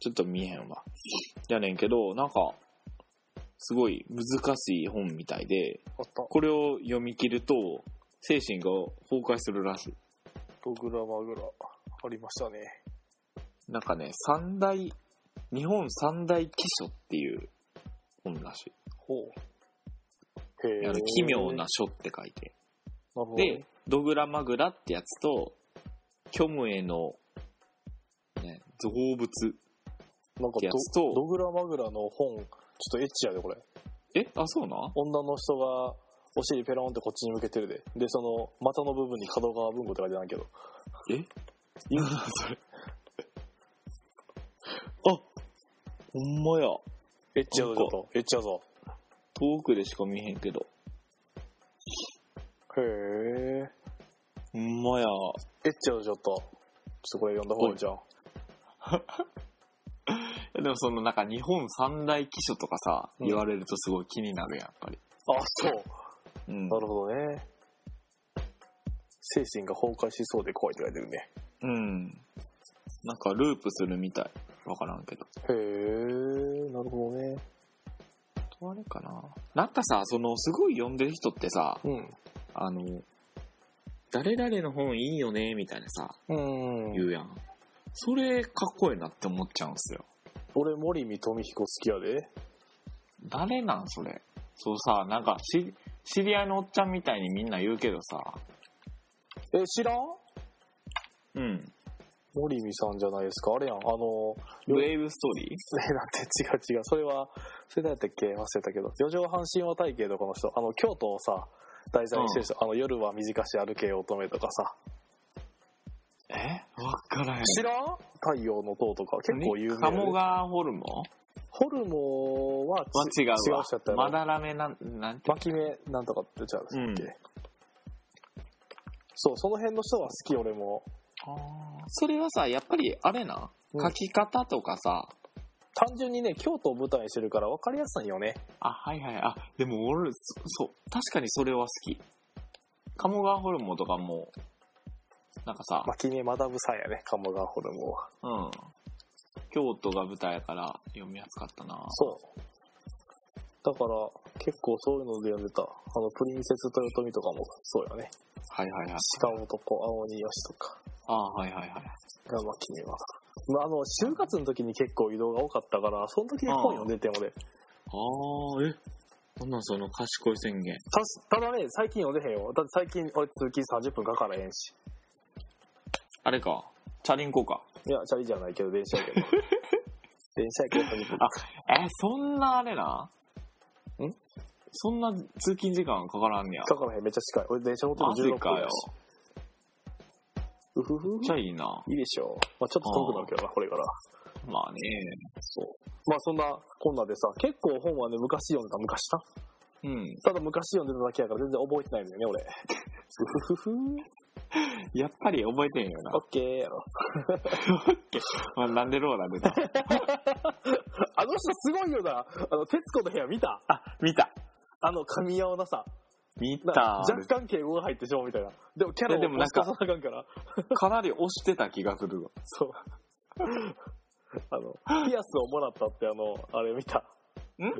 S1: ちょっと見えへんわ。やねんけど、なんか、すごい難しい本みたいで、
S2: あった。
S1: これを読み切ると、精神が崩壊するらしい。
S2: ドグラマグラ。ありましたね。
S1: なんかね、三大、日本三大奇書っていう本らしい。
S2: ほう。
S1: あ
S2: へ
S1: の奇妙な書って書いて。で
S2: で、、
S1: ドグラマグラってやつと、虚無への、ね、造物。
S2: なんか
S1: やつと
S2: ドドグラマグラの本、ちょっとエッチやで、これ。
S1: え、あ、そうなん
S2: 女の人が、お尻ペロンってこっちに向けてるで。で、その、股の部分に角川文庫って書いてないけど。
S1: え
S2: 言う
S1: それ。 あ、ほんまや。
S2: エッチやぞ、ちょっと。エッチやぞ。
S1: 遠くでしか見えへんけど。
S2: へえ。
S1: ほんまや。
S2: エッチやぞ、ちょっと。ちょっとこれ読んだ方がいいじゃん。
S1: でもそのなんか日本三大奇書とかさ、
S2: うん
S1: 言われるとすごい気になるやん、やっぱり。
S2: あ、そう。
S1: うん
S2: なるほどね。精神が崩壊しそうで怖いって書いてるね。
S1: うん。なんかループするみたい。わからんけど。
S2: へえ、なるほどね。
S1: あとあれかな。なんかさ、そのすごい読んでる人ってさ、
S2: う
S1: あの、誰々の本いいよね、みたいなさ、
S2: ん。う
S1: 言
S2: ん。
S1: うやん。それかっこええなって思っちゃうんすよ。
S2: 俺、森見富彦好きやで。
S1: 誰なんそれ。そうさ、なんかし、知り合いのおっちゃんみたいにみんな言うけどさ、
S2: え、知らん
S1: うん。
S2: 森見さんじゃないですか。あれやん。あの、
S1: ウェーブストーリー
S2: え、なんて違う違う。それは、それ誰やったっけ忘れたけど。四畳半神話体系とかの人、あの、京都をさ、題材にしてる人、あの、夜は短し歩けよ乙女とかさ。
S1: えわからへん。
S2: 知らん太陽の塔とか結構有名で。
S1: 鴨川ホルモン
S2: ホルモンは
S1: は
S2: ち
S1: 違うわ。
S2: 違う人やったよね
S1: まだらめなん、なんて。
S2: 巻き目なんとかってちゃう
S1: うん
S2: っけ、そうその辺の人は好き俺も
S1: それはさ、やっぱりあれな、
S2: うん
S1: 書き方とかさ、
S2: 単純にね京都を舞台にしてるから分かりやすいよね
S1: あ、はいはい、あ、でも俺、そそう、確かにそれは好き。鴨川ホルモンとかも、なんかさ、
S2: 巻き目学ぶさんやね鴨川ホルモンは
S1: うん。京都が舞台やから読みやすかったな。
S2: そうだから結構そういうので読んでたあのプリンセス豊臣とかもそうよね
S1: はいはいはい。
S2: 鹿男青鬼よしとか
S1: あはいはいはい。
S2: が巻き目はまああの就活の時に結構移動が多かったからその時に本読んでてもね
S1: ああ、え、なんなんその賢い宣言。
S2: たただね最近読んでへんよだって最近俺通勤30分かからへんし
S1: あれか、チャリンコか。
S2: いや、チャリじゃないけど、電車や けど。電車やけど、
S1: あえ、そんなあれな。
S2: ん
S1: そんな通勤時間かからんねや。
S2: かからへん、めっちゃ近い。俺、電車乗って
S1: マジ
S2: も16
S1: か
S2: 分
S1: よ
S2: や。し。うふふ
S1: めっちゃいいな。
S2: いいでしょう。まあちょっと遠くなるけどな、これから。
S1: まあね。
S2: そう。まあそんな、こんなでさ、結構本はね、昔読んでた、昔な。
S1: うん。
S2: ただ昔読んでただけやから、全然覚えてないんだよね、俺。うふふふ
S1: やっぱり覚えてんよ
S2: オ
S1: な
S2: ッ。ケーやろ。
S1: まあ、なんでローラ出た
S2: あの人すごいよな。あの、徹子の部屋見た
S1: あ、 見た。
S2: あの、神山なさ。
S1: 見
S2: な
S1: た。
S2: 若干敬語が入ってしまうみたいな。でもキャラ
S1: いやでも
S2: も
S1: なん
S2: 押し
S1: か
S2: 出さなあかんから。
S1: かなり押してた気がするわ。
S2: そう。あの、ピアスをもらったって、あの、あれ見た。
S1: ん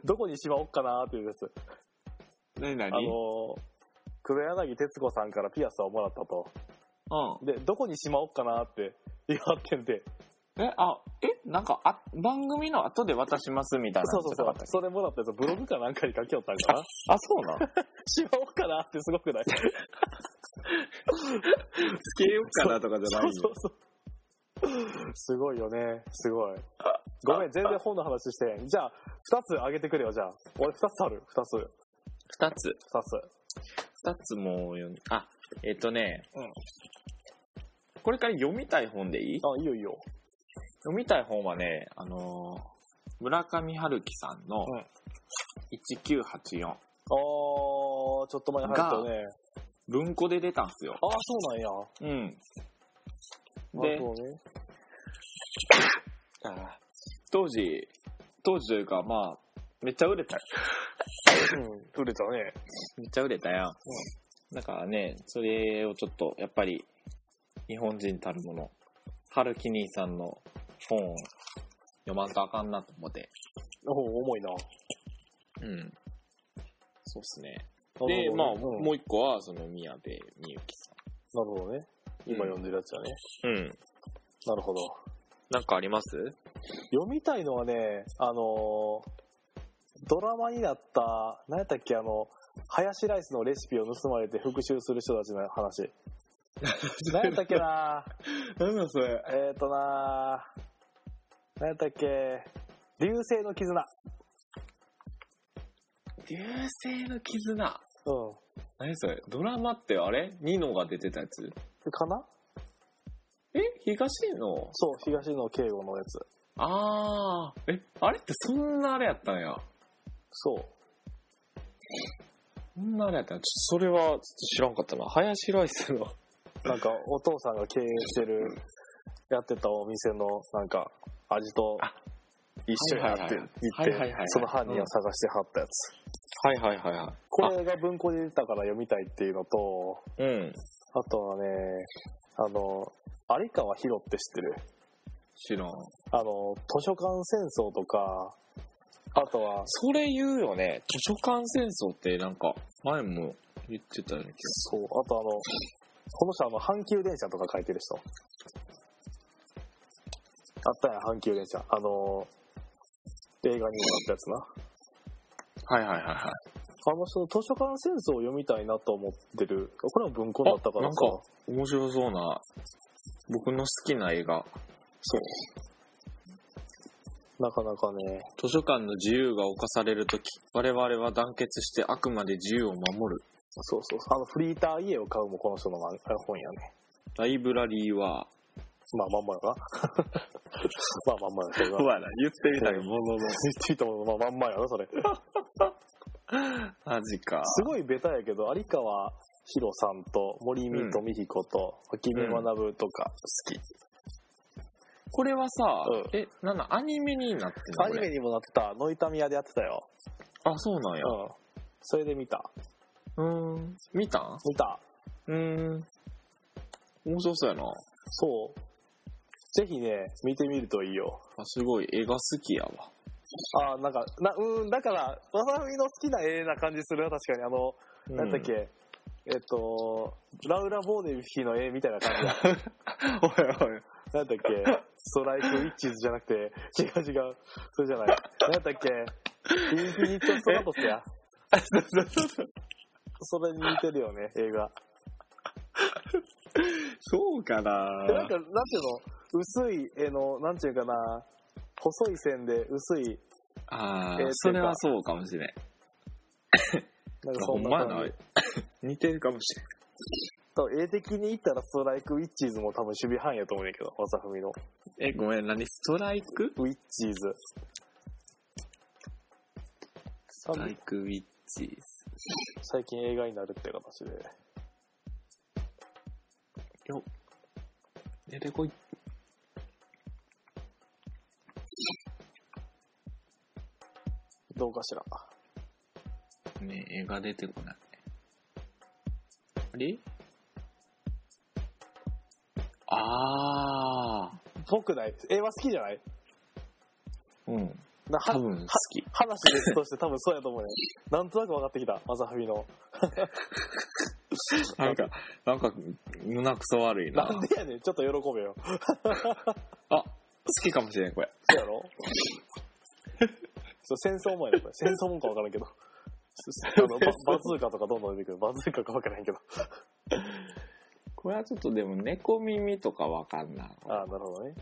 S2: どこにしまおっかなーっていうやつ。
S1: なにな
S2: あ
S1: に
S2: の、黒柳徹子さんからピアスをもらったと。
S1: う
S2: で、どこにしまおっかなーって言わってんで。
S1: ん。え、あ、え、なんか、あ、番組の後で渡しますみたいな
S2: そ
S1: の
S2: うそう
S1: じゃ
S2: そ
S1: なか
S2: う
S1: った。っけ
S2: それもらったやつブログかなんかに書きよったんかな。
S1: あ、そうなん
S2: しまおっかなーってすごくな い
S1: つけようかなとかじゃないよ
S2: そうそうそう。すごいよね。すごい。ごめん、全然本の話してへん。じゃあ、二つあげてくれよ、じゃあ。俺二つある。二つ。
S1: 二つ。
S2: 二つ。
S1: 二つも読んあ、えっとね。
S2: うん
S1: これから読みたい本でいい
S2: あ、いいよいいよ。
S1: 読みたい本はね、あのー村上春樹さんの
S2: うん
S1: 1984。
S2: あー、ちょっと前に入ったよね。
S1: 文庫で出たんすよ。
S2: あー、そうなんや。
S1: うん。
S2: あ
S1: で、
S2: そうね。
S1: あ当時、当時というか、まあ、めっちゃ売れた。
S2: うん、売れたね。
S1: めっちゃ売れたやん。だからね、それをちょっと、やっぱり、日本人たるもの、春樹兄さんの本を読まんとあかんなと思って。
S2: おお、重いな。
S1: うん。そうっすね。で、まあ、も
S2: う
S1: う一個は、その、宮部みゆきさ
S2: なるほどね。今読んでるやつだね。
S1: ん。うん。
S2: なるほど。
S1: なんかあります
S2: 読みたいのはね、あのードラマになった、何やったっけ、あの、ハヤシライスのレシピを盗まれて復讐する人たちの話。何やったっけな
S1: なんだそれ。
S2: えっ、ー、とな何やったっけ、流星の絆。
S1: 流星の絆。
S2: う
S1: 何それドラマってあれニノが出てたやつ
S2: ん。かな
S1: え東野
S2: そう、東野圭吾のやつ。
S1: あー。え、あれってそんなあれやったんや。
S2: そう。
S1: そんなあれやったんや。ちょっとそれはちょっと知らんかったな。林ライス の。
S2: なんかお父さんが経営してる、やってたお店の、なんか、味と
S1: あ
S2: 一緒になっ
S1: は
S2: て、
S1: いはいはいはいはいはいはい
S2: 行って、その犯人を探してはったやつ。
S1: はいはいはいはい。
S2: これが文庫で出たから読みたいっていうのと、
S1: あ。うん。
S2: あとはね、あの、有川博って知ってる
S1: 知らん。
S2: あの、図書館戦争とか、あとは、
S1: それ言うよね。図書館戦争ってなんか、前も言ってたような気がす
S2: そう、あとあの、この人あの、阪急電車とか書いてる人。あったやん、阪急電車。あの、映画にもなったやつな。
S1: る。はいはいはいはい。
S2: あの、その図書館戦争を読みたいなと思ってる。これも文庫だったから
S1: あなん
S2: さ。
S1: か面白そうな、僕の好きな映画。
S2: そう。なかなかね。
S1: 図書館の自由が侵されるとき、我々は団結してあくまで自由を守る。
S2: そうそう。あの、フリーター家を買うもこの人の漫画本やね。
S1: ライブラリーは、
S2: まあまんまやな。 まあまんまやそれは
S1: うやな、言ってみ
S2: たけど
S1: ものの。
S2: 言ってみたものの、まあまんまやな、それ。
S1: マジか。
S2: すごいベタやけど、有川博さんと森見富彦と秋見学とか好き。
S1: これはさ、
S2: うん
S1: え、なんなん、アニメになってんの
S2: アニ
S1: こ
S2: メ
S1: れ
S2: にもなってた、ノイタミヤでやってたよ。
S1: あ、そうなんや。
S2: うん。それで見た。
S1: うーん。見たん
S2: 見た。
S1: うーん。面白そうやな。
S2: そう。ぜひね、見てみるといいよ。
S1: あ、すごい、絵が好きやわ。
S2: ああ、なんか、な、うん、だから、わさみの好きな絵な感じするな、確かに。あの、なんだっけ、えっと、ラウラ・ボーデビヒの絵みたいな 感じだ。
S1: おいおい。
S2: なんだっけ、ストライク・ウィッチーズじゃなくて、違う違う、それじゃない。なんだっけ、インフィニット・ストラトスや。それに似てるよね、映画。
S1: そうかな
S2: で、なんか、なんていうの、薄い絵の、なんていうかな、細い線で薄い、
S1: ああ、
S2: えー
S1: それはそうかもしれん。
S2: なんか
S1: ほ
S2: そ
S1: ん
S2: ん
S1: ま
S2: な
S1: やな
S2: 感じ。。
S1: 似てるかもしれん。
S2: 多分絵的に言ったらストライク・ウィッチーズも多分守備範囲やと思うんだけど、わさふみの。
S1: え、ごめん、何ストライク
S2: ウィッチーズ。
S1: ストライクウィッチーズ。
S2: 最近映画になるって形で。
S1: 出てこい。
S2: どうかしら。
S1: ねえ、絵が出てこない。あれああ。
S2: 僕ない。映画好きじゃない
S1: うん。
S2: な
S1: 多
S2: は
S1: 分好き。
S2: 話別として多分そうやと思うよ。 なんとなく分かってきた、マサフミの。
S1: なんか、なんか、胸くそ悪いな。
S2: なんでやねん、ちょっと喜べよ。
S1: あ、好きかもしれん、これ。
S2: そうやろ そう戦争もやねこれ。戦争もんか分からん けど。あのババズーカとかどんどん出てくる。バズーカか分からんけど。
S1: これはちょっとでも、猫耳とかわかんな。
S2: ああ、なるほどね。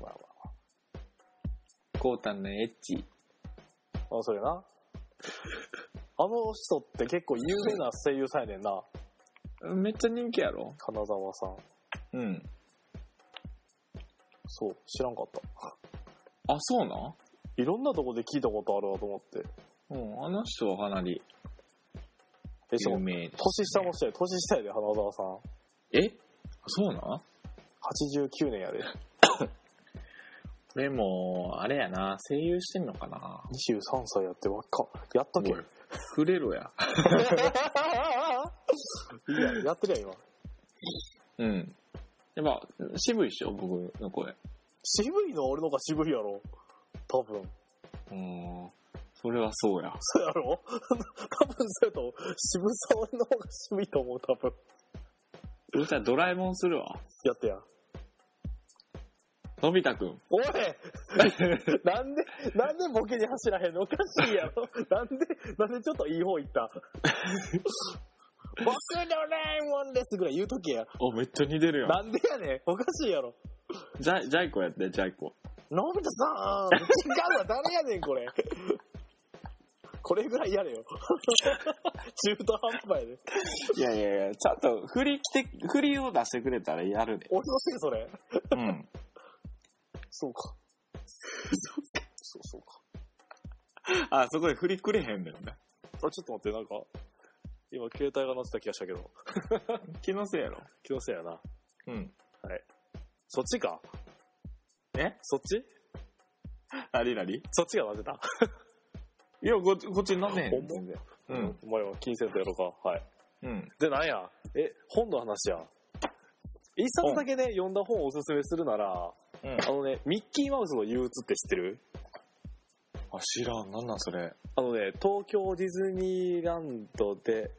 S2: まあ
S1: うん。コータンのエッチ。
S2: まあ。あ、それな。あの人って結構有名な声優さんやねんな。
S1: めっちゃ人気やろ
S2: 金沢さん。
S1: うん。
S2: そう、知らんかった。
S1: あ、そうない
S2: ろんなとこで聞いたことあるわと思って。
S1: うん、あの人はかなり
S2: え、しか
S1: 有
S2: も、
S1: 名。
S2: 年下の人や、年下やで、花沢さん。
S1: えそうなん
S2: 89年やで。
S1: これも、あれやな、声優してんのかな
S2: 23歳やって若っ。やったっけ
S1: おい触れろや。
S2: いや、やってるやん、今。
S1: うん。やっぱ、渋いっしょ、僕の声。
S2: 渋いのは俺の方が渋いやろ。多分。
S1: うん。それはそうや。
S2: そうやろ多分そうやと思う。渋さ俺の方が渋いと思う、多分。
S1: そしたらドラえもんするわ。
S2: やってや。
S1: のび太くん。
S2: おいなんで、なんでボケに走らへんのおかしいやろなんで、なんでちょっといい方行った 僕のレイモンですぐらい言うときや。
S1: お、めっちゃ似てるやん。
S2: なんでやねんおかしいやろ
S1: ジャイ、ジャイコやって、ジャイコ。
S2: のび太さん違うわ、誰やねん、これ。これぐらいやれよ。 中途半端やで。
S1: いやいやいや、ちゃんと振り来て、振りを出してくれたらやるで。
S2: 俺のせい、それ。
S1: うん。
S2: そうか。そうそうか。
S1: あ、そこで振りくれへんねんな。
S2: あ、ちょっと待って、なんか、今、携帯が鳴ってた気がしたけど、
S1: 気のせいやろ。
S2: 気のせいやな。
S1: うん。
S2: そっちか
S1: え
S2: そっち
S1: なになに
S2: そっちが鳴ってた。
S1: いや、こっち、こっちになんねへん。
S2: ほんま
S1: 全然。うん。。
S2: お前は金銭とやろうか。はい。
S1: うん。
S2: で、なんやえ、本の話や。一冊だけね、読んだ本をおすすめするなら、
S1: うん
S2: あのね、ミッキーマウスの憂鬱って知ってる
S1: あ、知らん。なんなんそれ。
S2: あのね、東京ディズニーランドで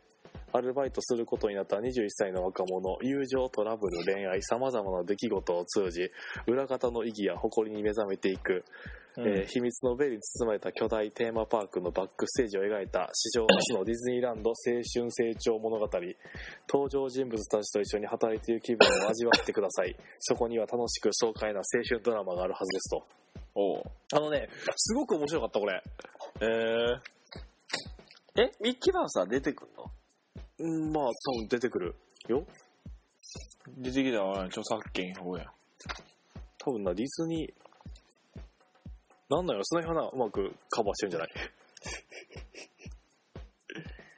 S2: アルバイトすることになった21歳の若者、友情、トラブル、恋愛、様々な出来事を通じ、裏方の意義や誇りに目覚めていく、えー秘密のベに包まれた巨大テーマパークのバックステージを描いた史上初のディズニーランド青春成長物語登場人物たちと一緒に働いている気分を味わってくださいそこには楽しく爽快な青春ドラマがあるはずですと
S1: おう
S2: あのねすごく面白かったこれ
S1: えー、え、ミッキーマウスは出てくるの
S2: うんまあ多分出てくるよ
S1: 出てきたら著作権違法や。
S2: 多分なディズニーなんだよその辺はなうまくカバーしてる んじゃない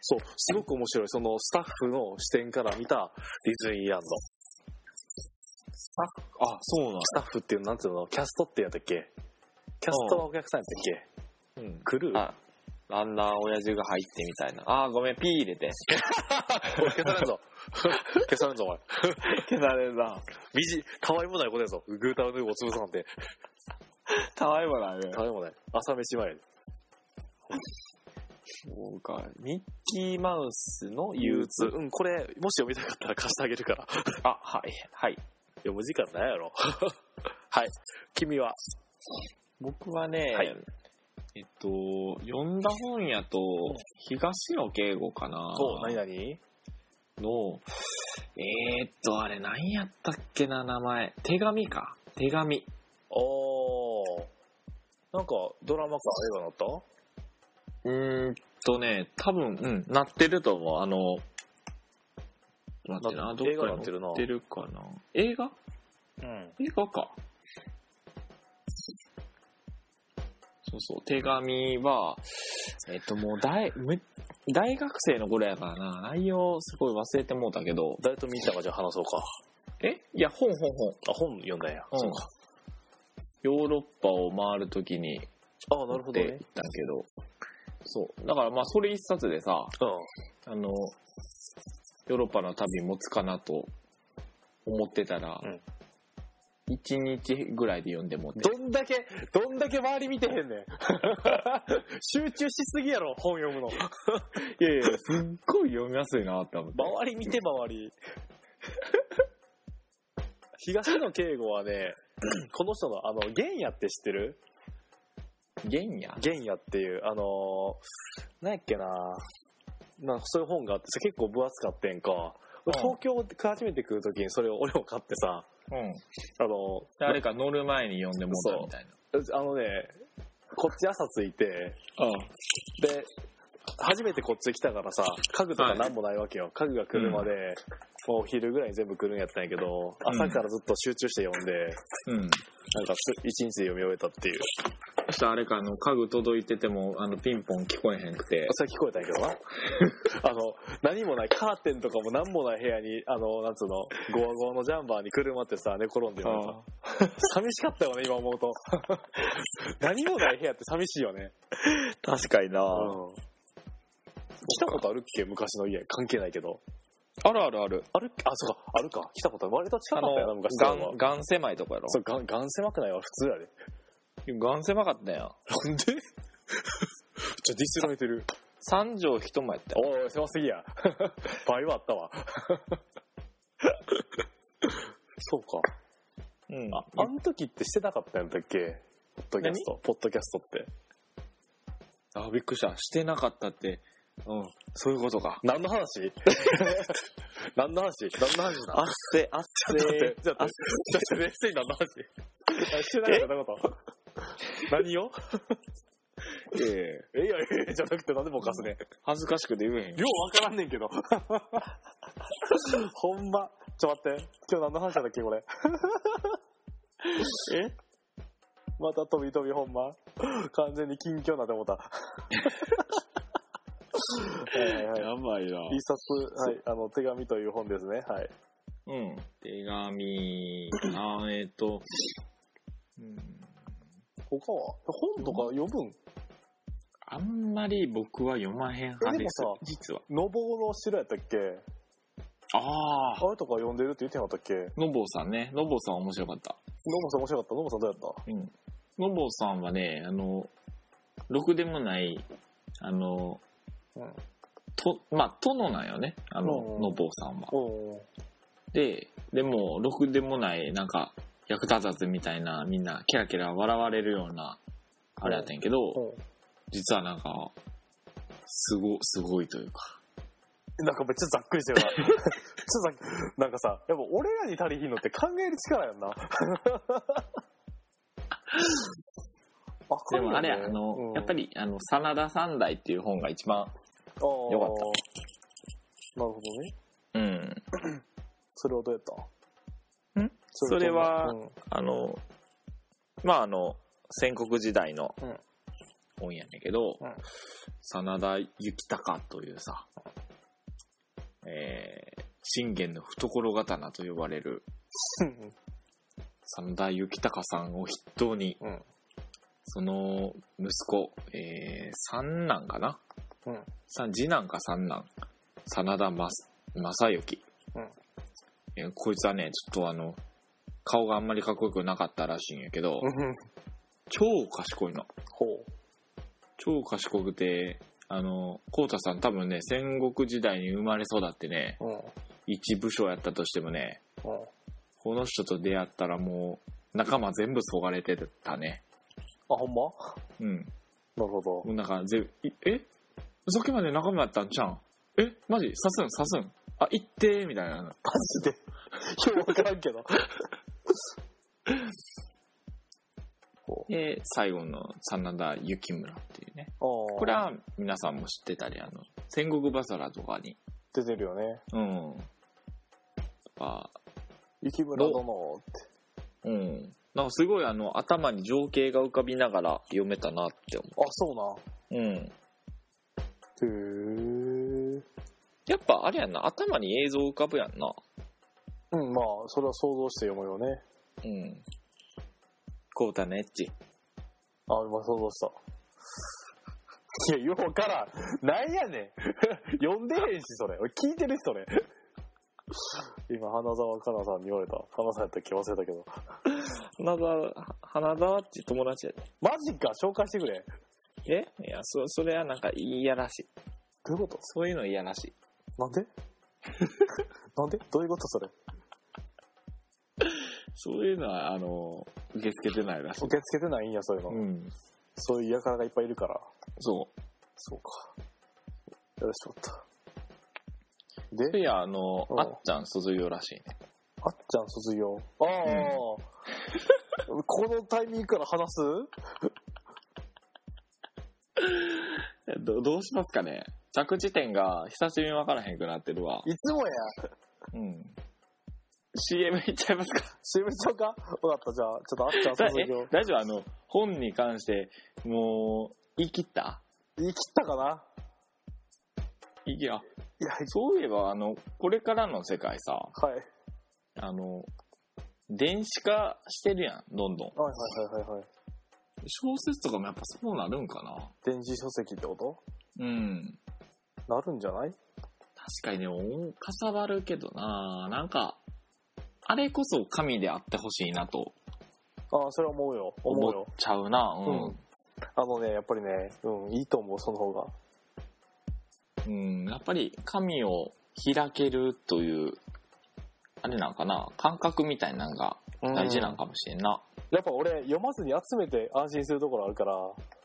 S2: そうすごく面白いそのスタッフの視点から見たディズニーランド
S1: あ、そうなん
S2: スタッフっていうのなんていうのキャストってやったっけキャストはお客さんやったっけ
S1: うん。
S2: クルー
S1: あ、あんな親父が入ってみたいな。あー、ごめん、ピー入れて。
S2: おい消されんぞ 消されんぞお前
S1: 消されるな。
S2: みじたわいもないことやぞグータウヌーボー潰すなんて
S1: たわいもないね。
S2: たわいもない朝飯前
S1: そうか。ミッキーマウスの憂
S2: 憂
S1: 鬱
S2: 鬱。うんこれもし読みたかったら貸してあげるから
S1: あ、はい、はい。
S2: 読む時間ないやろ はい君は
S1: 僕はね、
S2: はい
S1: えっと、読んだ本やと、東野敬吾かな
S2: お何々
S1: の、えー、っと、あれ何やったっけな、名前。手紙か。手紙。
S2: おーなんかドラマか映画になった
S1: うーんとね、多分、うん、なってると思う。あの、待ってな、
S2: な
S1: どっか
S2: 映画
S1: に
S2: なってるな
S1: 載ってるかな。映画
S2: うん
S1: 映画か。そうそう、手紙は、えっともう大、む大学生の頃やからな、内容すごい忘れてもうたけど、
S2: 誰と見たかじゃあ話そうか
S1: えいや、本本本。
S2: あ本読んだんや、
S1: うん
S2: そうか
S1: ヨーロッパを回るときに、
S2: ああなるほど
S1: 行
S2: ね
S1: ってたけど、そう。だからまあ、それ一冊でさ、
S2: うん
S1: あの、ヨーロッパの旅持つかなと思ってたら
S2: うん、
S1: 一、日ぐらいで読んでもうて。
S2: どんだけ、どんだけ周り見てへん ねん。集中しすぎやろ、本読むの。
S1: いやいや、すっごい読みやすいなって思って。
S2: 周り見て 周り。東野敬吾はね、 この人の、あの、玄也って知ってる
S1: 玄や
S2: 玄也っていう、あのー、なんやっけななんかそういう本があって、それ結構分厚かってんか。
S1: うん
S2: 東京で初めて来るときにそれを俺も買ってさ、
S1: うん。
S2: あのー
S1: 誰か乗る前に読んでもらったみたい
S2: あのね、こっち朝着いて、
S1: な。
S2: で初めてこっち来たからさ家具とか何もないわけよ、家具が来るまで、もうお昼ぐらいに全部来るんやったんやけど
S1: ん
S2: 朝からずっと集中して読んで、
S1: うん。うん。
S2: なんかす一日で読み終えたっていう
S1: そしたらあれか、あの、家具届いてても、あの、ピンポン聞こえへんくて。
S2: それ聞こえたんやけ どなあの何もないカーテンとかも何もない部屋にあのなんつうのゴワゴワのジャンバーに車ってさ寝転んでるのさ
S1: あ
S2: 寂しかったよね今思 うと何もない部屋って寂しいよね、
S1: あ確かにな、
S2: うん、来たことあるっけ昔の家関係ないけど
S1: あるあるある。
S2: あるあ、そうか、あるか。来たことある。割と近
S1: あ
S2: かったよな、
S1: の、
S2: 昔
S1: ガ
S2: は
S1: ン、。ガン狭いとこやろ。
S2: そう、ガン、ガン狭くないわ、普通やで。
S1: ガン狭かったやん。
S2: なんでちょ、ディスられてる。
S1: 三畳一間やったよ。
S2: おいおい、狭すぎや。 倍はあったわ。そうか。
S1: うん。
S2: あ、あの時ってしてなかったんだっけポッドキャスト。ポッドキャストって。
S1: あ、びっくりした。してなかったって。うん。そういうことか。
S2: 何の 話何の話何の話だ
S1: あっせ、あっ
S2: ちょ
S1: せ。、
S2: っと待ってちょっと待って、ちょっと冷静に何の話してなかったってこと何を
S1: ええ
S2: えいやいやいやじゃなくて何でもおかすね。
S1: 恥ずかしくて言えへんよ。
S2: ようわからんねんけど。 ほんま。ちょっと待って。今日何の話だったっけこれ。 えまた飛び飛びほんま。完全に近況なって 思った。はいはい
S1: やばいな。
S2: 一冊、はい、あの、手紙という本ですね。はい。
S1: うん。手紙、あえっと、うん、
S2: 他は本とか読むん
S1: あんまり僕は読まへん派です
S2: えでもさ、
S1: 実は。
S2: のぼうの城やったっけ
S1: ああ、
S2: あれとか読んでるって言ってなかったっけの
S1: のぼうさんね。のぼうさん面白かった。
S2: ぼさん面白かったのぼさんどうやっ
S1: うん。のぼうさんはね、あの、ろくでもない、あの、
S2: うん
S1: と、まあ、殿なんよね。あの、
S2: うん
S1: のぼうさんは
S2: た。お
S1: で、でも、ろくでもない、なんか、役立たずみたいな、みんな、キラキラ笑われるような、あれやったんやけど、
S2: お
S1: 実はなんか、すご、すごいというか。
S2: なんかめっちゃざっくりしてるな。ちょっとざっくなんかさ、やっぱ俺らに足りひんのって考える力やんな。あか
S1: で
S2: んよね
S1: もあれや、あの、
S2: うん
S1: やっぱり、あの、真田三代っていう本が一番、
S2: あー
S1: よかっ
S2: なるほどね。
S1: うん。
S2: それはどうやった
S1: ん
S2: どう
S1: それは
S2: うん
S1: あの、まああの、戦国時代の
S2: うん
S1: 本やねんけど、
S2: うん
S1: 真田幸隆というさ、えー、信玄の懐刀と呼ばれる
S2: うん
S1: 真田幸隆さんを筆頭に、
S2: うん
S1: その息子、えー、三男かな、
S2: うん
S1: 三次男か三男真田正正幸、
S2: うん
S1: えーこいつはねちょっとあの顔があんまりかっこよくなかったらしいんやけど、
S2: うん
S1: 超賢いの
S2: ほ
S1: 超賢くてあの浩太さん多分ね戦国時代に生まれ育ってね
S2: う。うん。うん。
S1: 一武将やったとしてもねこの人と出会ったらもう仲間全部そがれてたね
S2: あ、ほんま
S1: うん
S2: なるほど。
S1: もうなんかぜ、いえさっきまで仲間やったんちゃうんえマジ刺すん刺すんあ、行ってみたいな。
S2: マジで。ようわからんけど。ほう
S1: で、最後の真田幸村っていうね。
S2: ああ。
S1: これは皆さんも知ってたり、あの、戦国バサラとかに、
S2: 出てるよね。
S1: うん。とか、
S2: 雪村殿って。
S1: うん。なんかすごいあの、頭に情景が浮かびながら読めたなって思
S2: あ、そう
S1: う。
S2: な。
S1: うん。
S2: へえ。
S1: やっぱあれやんな、頭に映像浮かぶやんな。
S2: うん、まあ、それは想像して読むよね。
S1: うん。こうたのエッチ。
S2: あ、今想像した。いや、ようわからん。なんやねん。 読んでへんし、それ。俺聞いてるし、それ。今、花沢香菜さんに言われた。花さんやったっけ忘れたけど。
S1: 花沢、花沢って友達やで
S2: マジか、紹介してくれ。
S1: えいや、そ、それはなんかいやらしい。
S2: どういうこ
S1: そういうのいやらしい。
S2: となんで なんでどういうことそれ。
S1: そういうのは、あの、受け付けてないらしい。
S2: 受け付けてないんや、そういうの。
S1: うん。
S2: そういう輩がいっぱいいるから。
S1: そ
S2: そうか。やらしてもらっ
S1: う。
S2: た。で、
S1: いや、あの、
S2: うん
S1: あっちゃん卒業らしいね。
S2: あっちゃん卒業。ああ、 このタイミングから話す
S1: どどうしますかね着地点が久しぶりに分からへんくなってるわ。
S2: いつもや。
S1: うん。CM いっちゃいますか
S2: CM ちゃうか分かった、じゃあ、ちょっとあっちゃん卒
S1: え
S2: 業。
S1: 大丈夫あの、本に関して、もう、言い切った
S2: 言い切ったかな
S1: 言い切あ、
S2: いや、
S1: そういえば、あの、これからの世界さ、
S2: はい。
S1: あの、電子化してるやん、どんどん。
S2: はいはいはいはいはい。
S1: 小説とかもやっぱそうなるんかな
S2: 電子書籍ってこ
S1: うん。
S2: となるんじゃない
S1: 確かにね、おかさばるけどななんか、あれこそ神であってほしいなと
S2: ああ、それは思うよ。思
S1: 思
S2: う
S1: っ
S2: よ。
S1: ちゃうな
S2: うんあのね、やっぱりね、うん、いいと思う、その方が。
S1: うん。うん。やっぱり神を開けるという、あれなんかな感覚みたいなのが
S2: うん
S1: 大事なんかもしれんな。
S2: やっぱ俺読まずに集めて安心するところあるから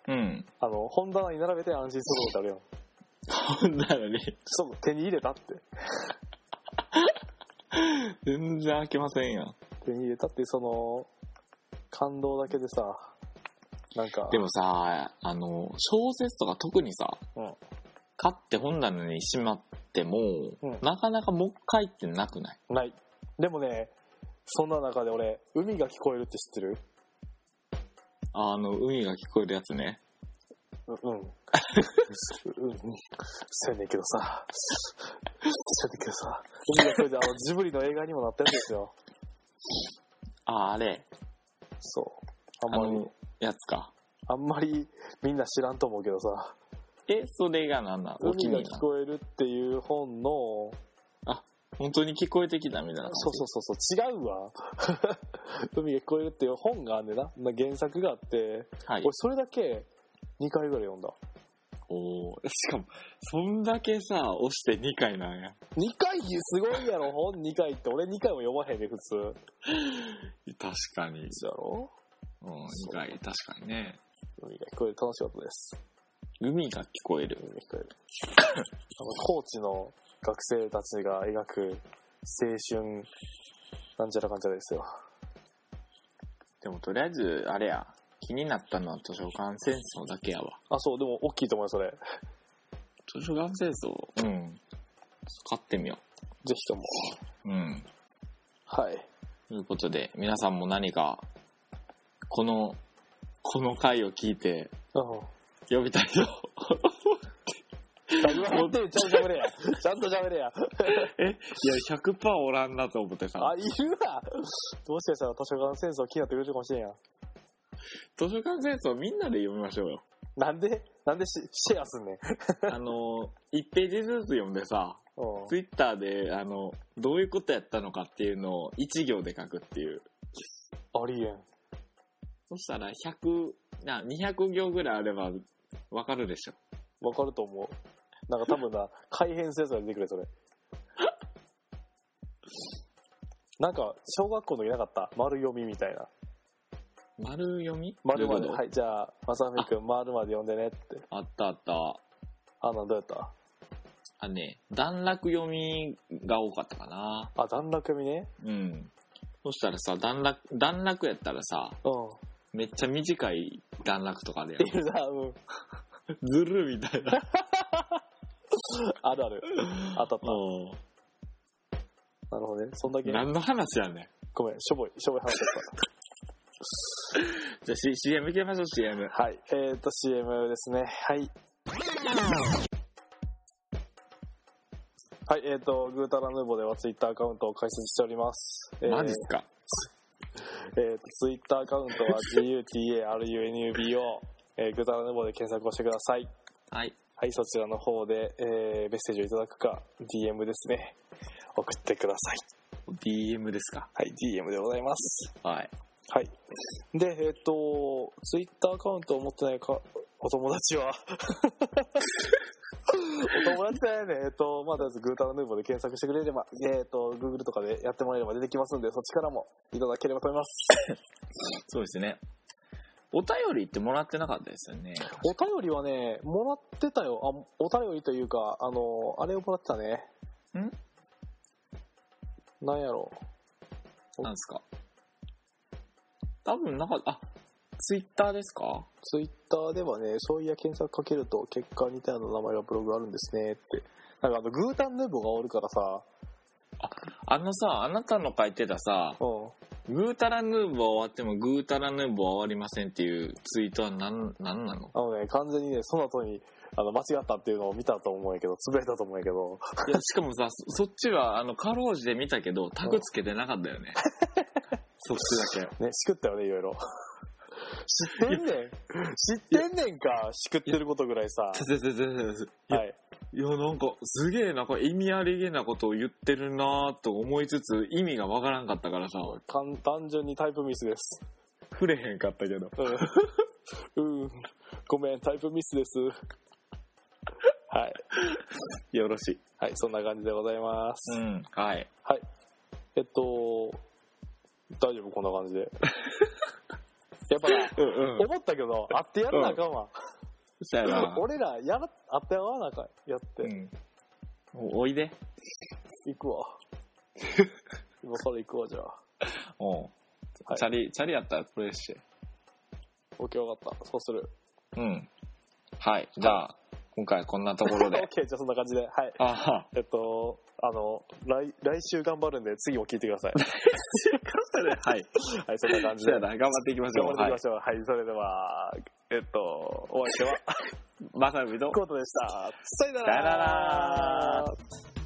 S1: うん。
S2: あの本棚に並べて安心するところってあ
S1: ほ
S2: るやん
S1: んならね、
S2: そう手に入れたって
S1: 全然飽きませんやん。
S2: 手に入れたってその感動だけでさなんか
S1: でもさ、あの、小説とか特にさ、
S2: うん
S1: 買って本棚にしまっても、
S2: うん
S1: なかなかもう一回ってなくない
S2: ないでもねそんな中で俺海が聞こえるって知ってる
S1: あの、海が聞こえるやつね。
S2: ううん。うん。せやねんけどさ。せやねんけどさ。海がこれであのジブリの映画にもなったやつですよ。
S1: あ、あれ、
S2: そう。あ
S1: あ
S2: んまり、
S1: の、やつか。
S2: あんまりみんな知らんと思うけどさ。
S1: え、それが何なんお気
S2: 海
S1: に入
S2: が
S1: り
S2: 聞
S1: なの
S2: こえるっていう本の、
S1: 本当に聞こえてきたみたいな。
S2: そうそうそうそう、違うわ。海が聞こえるっていう本があんねんな。な原作があって、
S1: う。はい
S2: 俺。それだけ2回ぐらい読んだ。
S1: おー しかも、そんだけさ、押して2回なんや。
S2: 2回すごいやろ、本2回って。俺2回も読まへんで、普通。
S1: 確かに。
S2: そうやろ
S1: うん、2回、確かにね。
S2: 海が聞こえる楽しかったです。
S1: 海が聞こえる。
S2: 聞こえるあの高知の学生たちが描く青春なんちゃらかんちゃらですよ
S1: でもとりあえず、あれや、気になったのは図書館戦争だけやわ。
S2: あそうでも大きいと思うよそれ
S1: 図書館戦争うん。買ってみよ
S2: ぜひとも
S1: う。うん。
S2: はい
S1: ということで、皆さんも何か、この、この回を聞いて、
S2: うん
S1: 読みたいと。
S2: あ言わんとい てちゃんと喋れやちゃんと喋れや
S1: いや、100%おらんなと思ってさ
S2: あ。いるわもしかしたら図書館戦争気になってくれるかもしれんやん
S1: 図書館戦争みんなで読みましょう よ。
S2: なんでなんでシシェアすんねん
S1: あの、1ページずつ読んでさ、
S2: うん
S1: ツイッターで、あの、どういうことやったのかっていうのを1行で書くっていう。
S2: ありえん
S1: そしたら100、な、200行ぐらいあれば、わかるでしょ。
S2: わかると思うなんか多分な改変するやつが出てくるよそれなんか小学校の時なかった丸読みみたいな
S1: 丸読み
S2: 丸まで、
S1: どういうこ
S2: はい、じゃあ、まさみくん、丸まで読んでねって。
S1: とあったあった。
S2: あの、どうやった
S1: あ、ね、段落読みが多かったかな。
S2: あ、段落読みね。
S1: うん。そしたらさ、段落、段落やったらさ、
S2: う
S1: めっちゃ短い段落とかで
S2: ん。いるな、うん。
S1: ずるみたい な。
S2: あるある。当たっ
S1: う
S2: た。なるほどね。そんだけ
S1: ん。。何の話やねん。
S2: ごめん、しょぼい、しょぼい話だっ
S1: じゃあ、C、CM 行きましょう、CM。
S2: た。はい。えっ、ー、と、CM ですね。はい。はい、えっ、ー、と、グータラヌーボーではツイッターアカウントを開設しております。えー
S1: マジっすか。
S2: えー、ツイッターアカウントは GUTARUNUBO、えー、グータラヌーボーで検索をしてください。
S1: はい。
S2: はい、そちらの方で、えー、メッセージをいただくか、DM ですね。送ってください。
S1: DM ですか。
S2: はい、DM でございます。
S1: はい。
S2: はい。で、えっ、と、Twitter アカウントを持ってないか、お友達は お友達だよね。えっ、と、まあ、とりあえずグータラヌーボーで検索してくれれば、えっ、と、Google とかでやってもらえれば出てきますんで、そっちからもいただければと思います。
S1: そうですね。お便りってもらってなかったですよね。
S2: お便りはね、もらってたよ。あ、お便りというか、あの、あれをもらってたね。なんやろう。
S1: なんですか。多分なかった。あ、ツイッターですか
S2: ツイッターではね、そういや検索かけると結果似たような名前がブログあるんですねって。なんかあの、グータンヌーボーがおるからさ、
S1: あのさ、あなたの書いてたさ、
S2: うん。
S1: グータラヌーボー終わってもグータラヌーボーは終わりませんっていうツイートはなん、なんなの
S2: あのね、完全にね、その後に、あの、間違ったっていうのを見たと思うんやけど、つぶれたと思うんやけど、
S1: いや、しかもさ、そそっちは、あの、かろうじて見たけど、タグつけてなかったよね。そっちだけ。
S2: ね、しくったよね、いろいろ。知ってんねん。知ってんねんか、しくってることぐらいさ。
S1: せせせせせいや
S2: はい。
S1: いや、なんか、すげえな、これ意味ありげなことを言ってるなぁと思いつつ、意味がわからんかったからさ、
S2: かん単純にタイプミスです。
S1: 触れへんかったけど。
S2: うん。うん。ごめん、タイプミスです。はい。
S1: よろしい。
S2: はい、そんな感じでございます。
S1: うん、はい。
S2: はい。えっと、大丈夫こんな感じでやっぱな
S1: うんうん。
S2: 思ったけど会ってやらなあかんわ、
S1: そやな。
S2: 俺らやら会って会わなあかんやって、
S1: うん。おおいで。
S2: 行くわ今から行くわじゃあ
S1: おう
S2: はい
S1: チャリ、チャリやったらプレイして。
S2: OK 分かったそうする
S1: うん。はい。じゃあ、今回こんなところ
S2: OK
S1: で。
S2: じゃあそんな感じではい
S1: あは。
S2: えっとあの来来週頑張るんで次も聞いてください
S1: はい。
S2: はいそんな感じ
S1: そ
S2: で
S1: やな。頑張っていきましょ
S2: 頑張
S1: う。
S2: って
S1: はい
S2: いきま。しょうはい、それではえっと お相手は
S1: まさみと。
S2: コートでしたさよな
S1: さよなら
S2: ら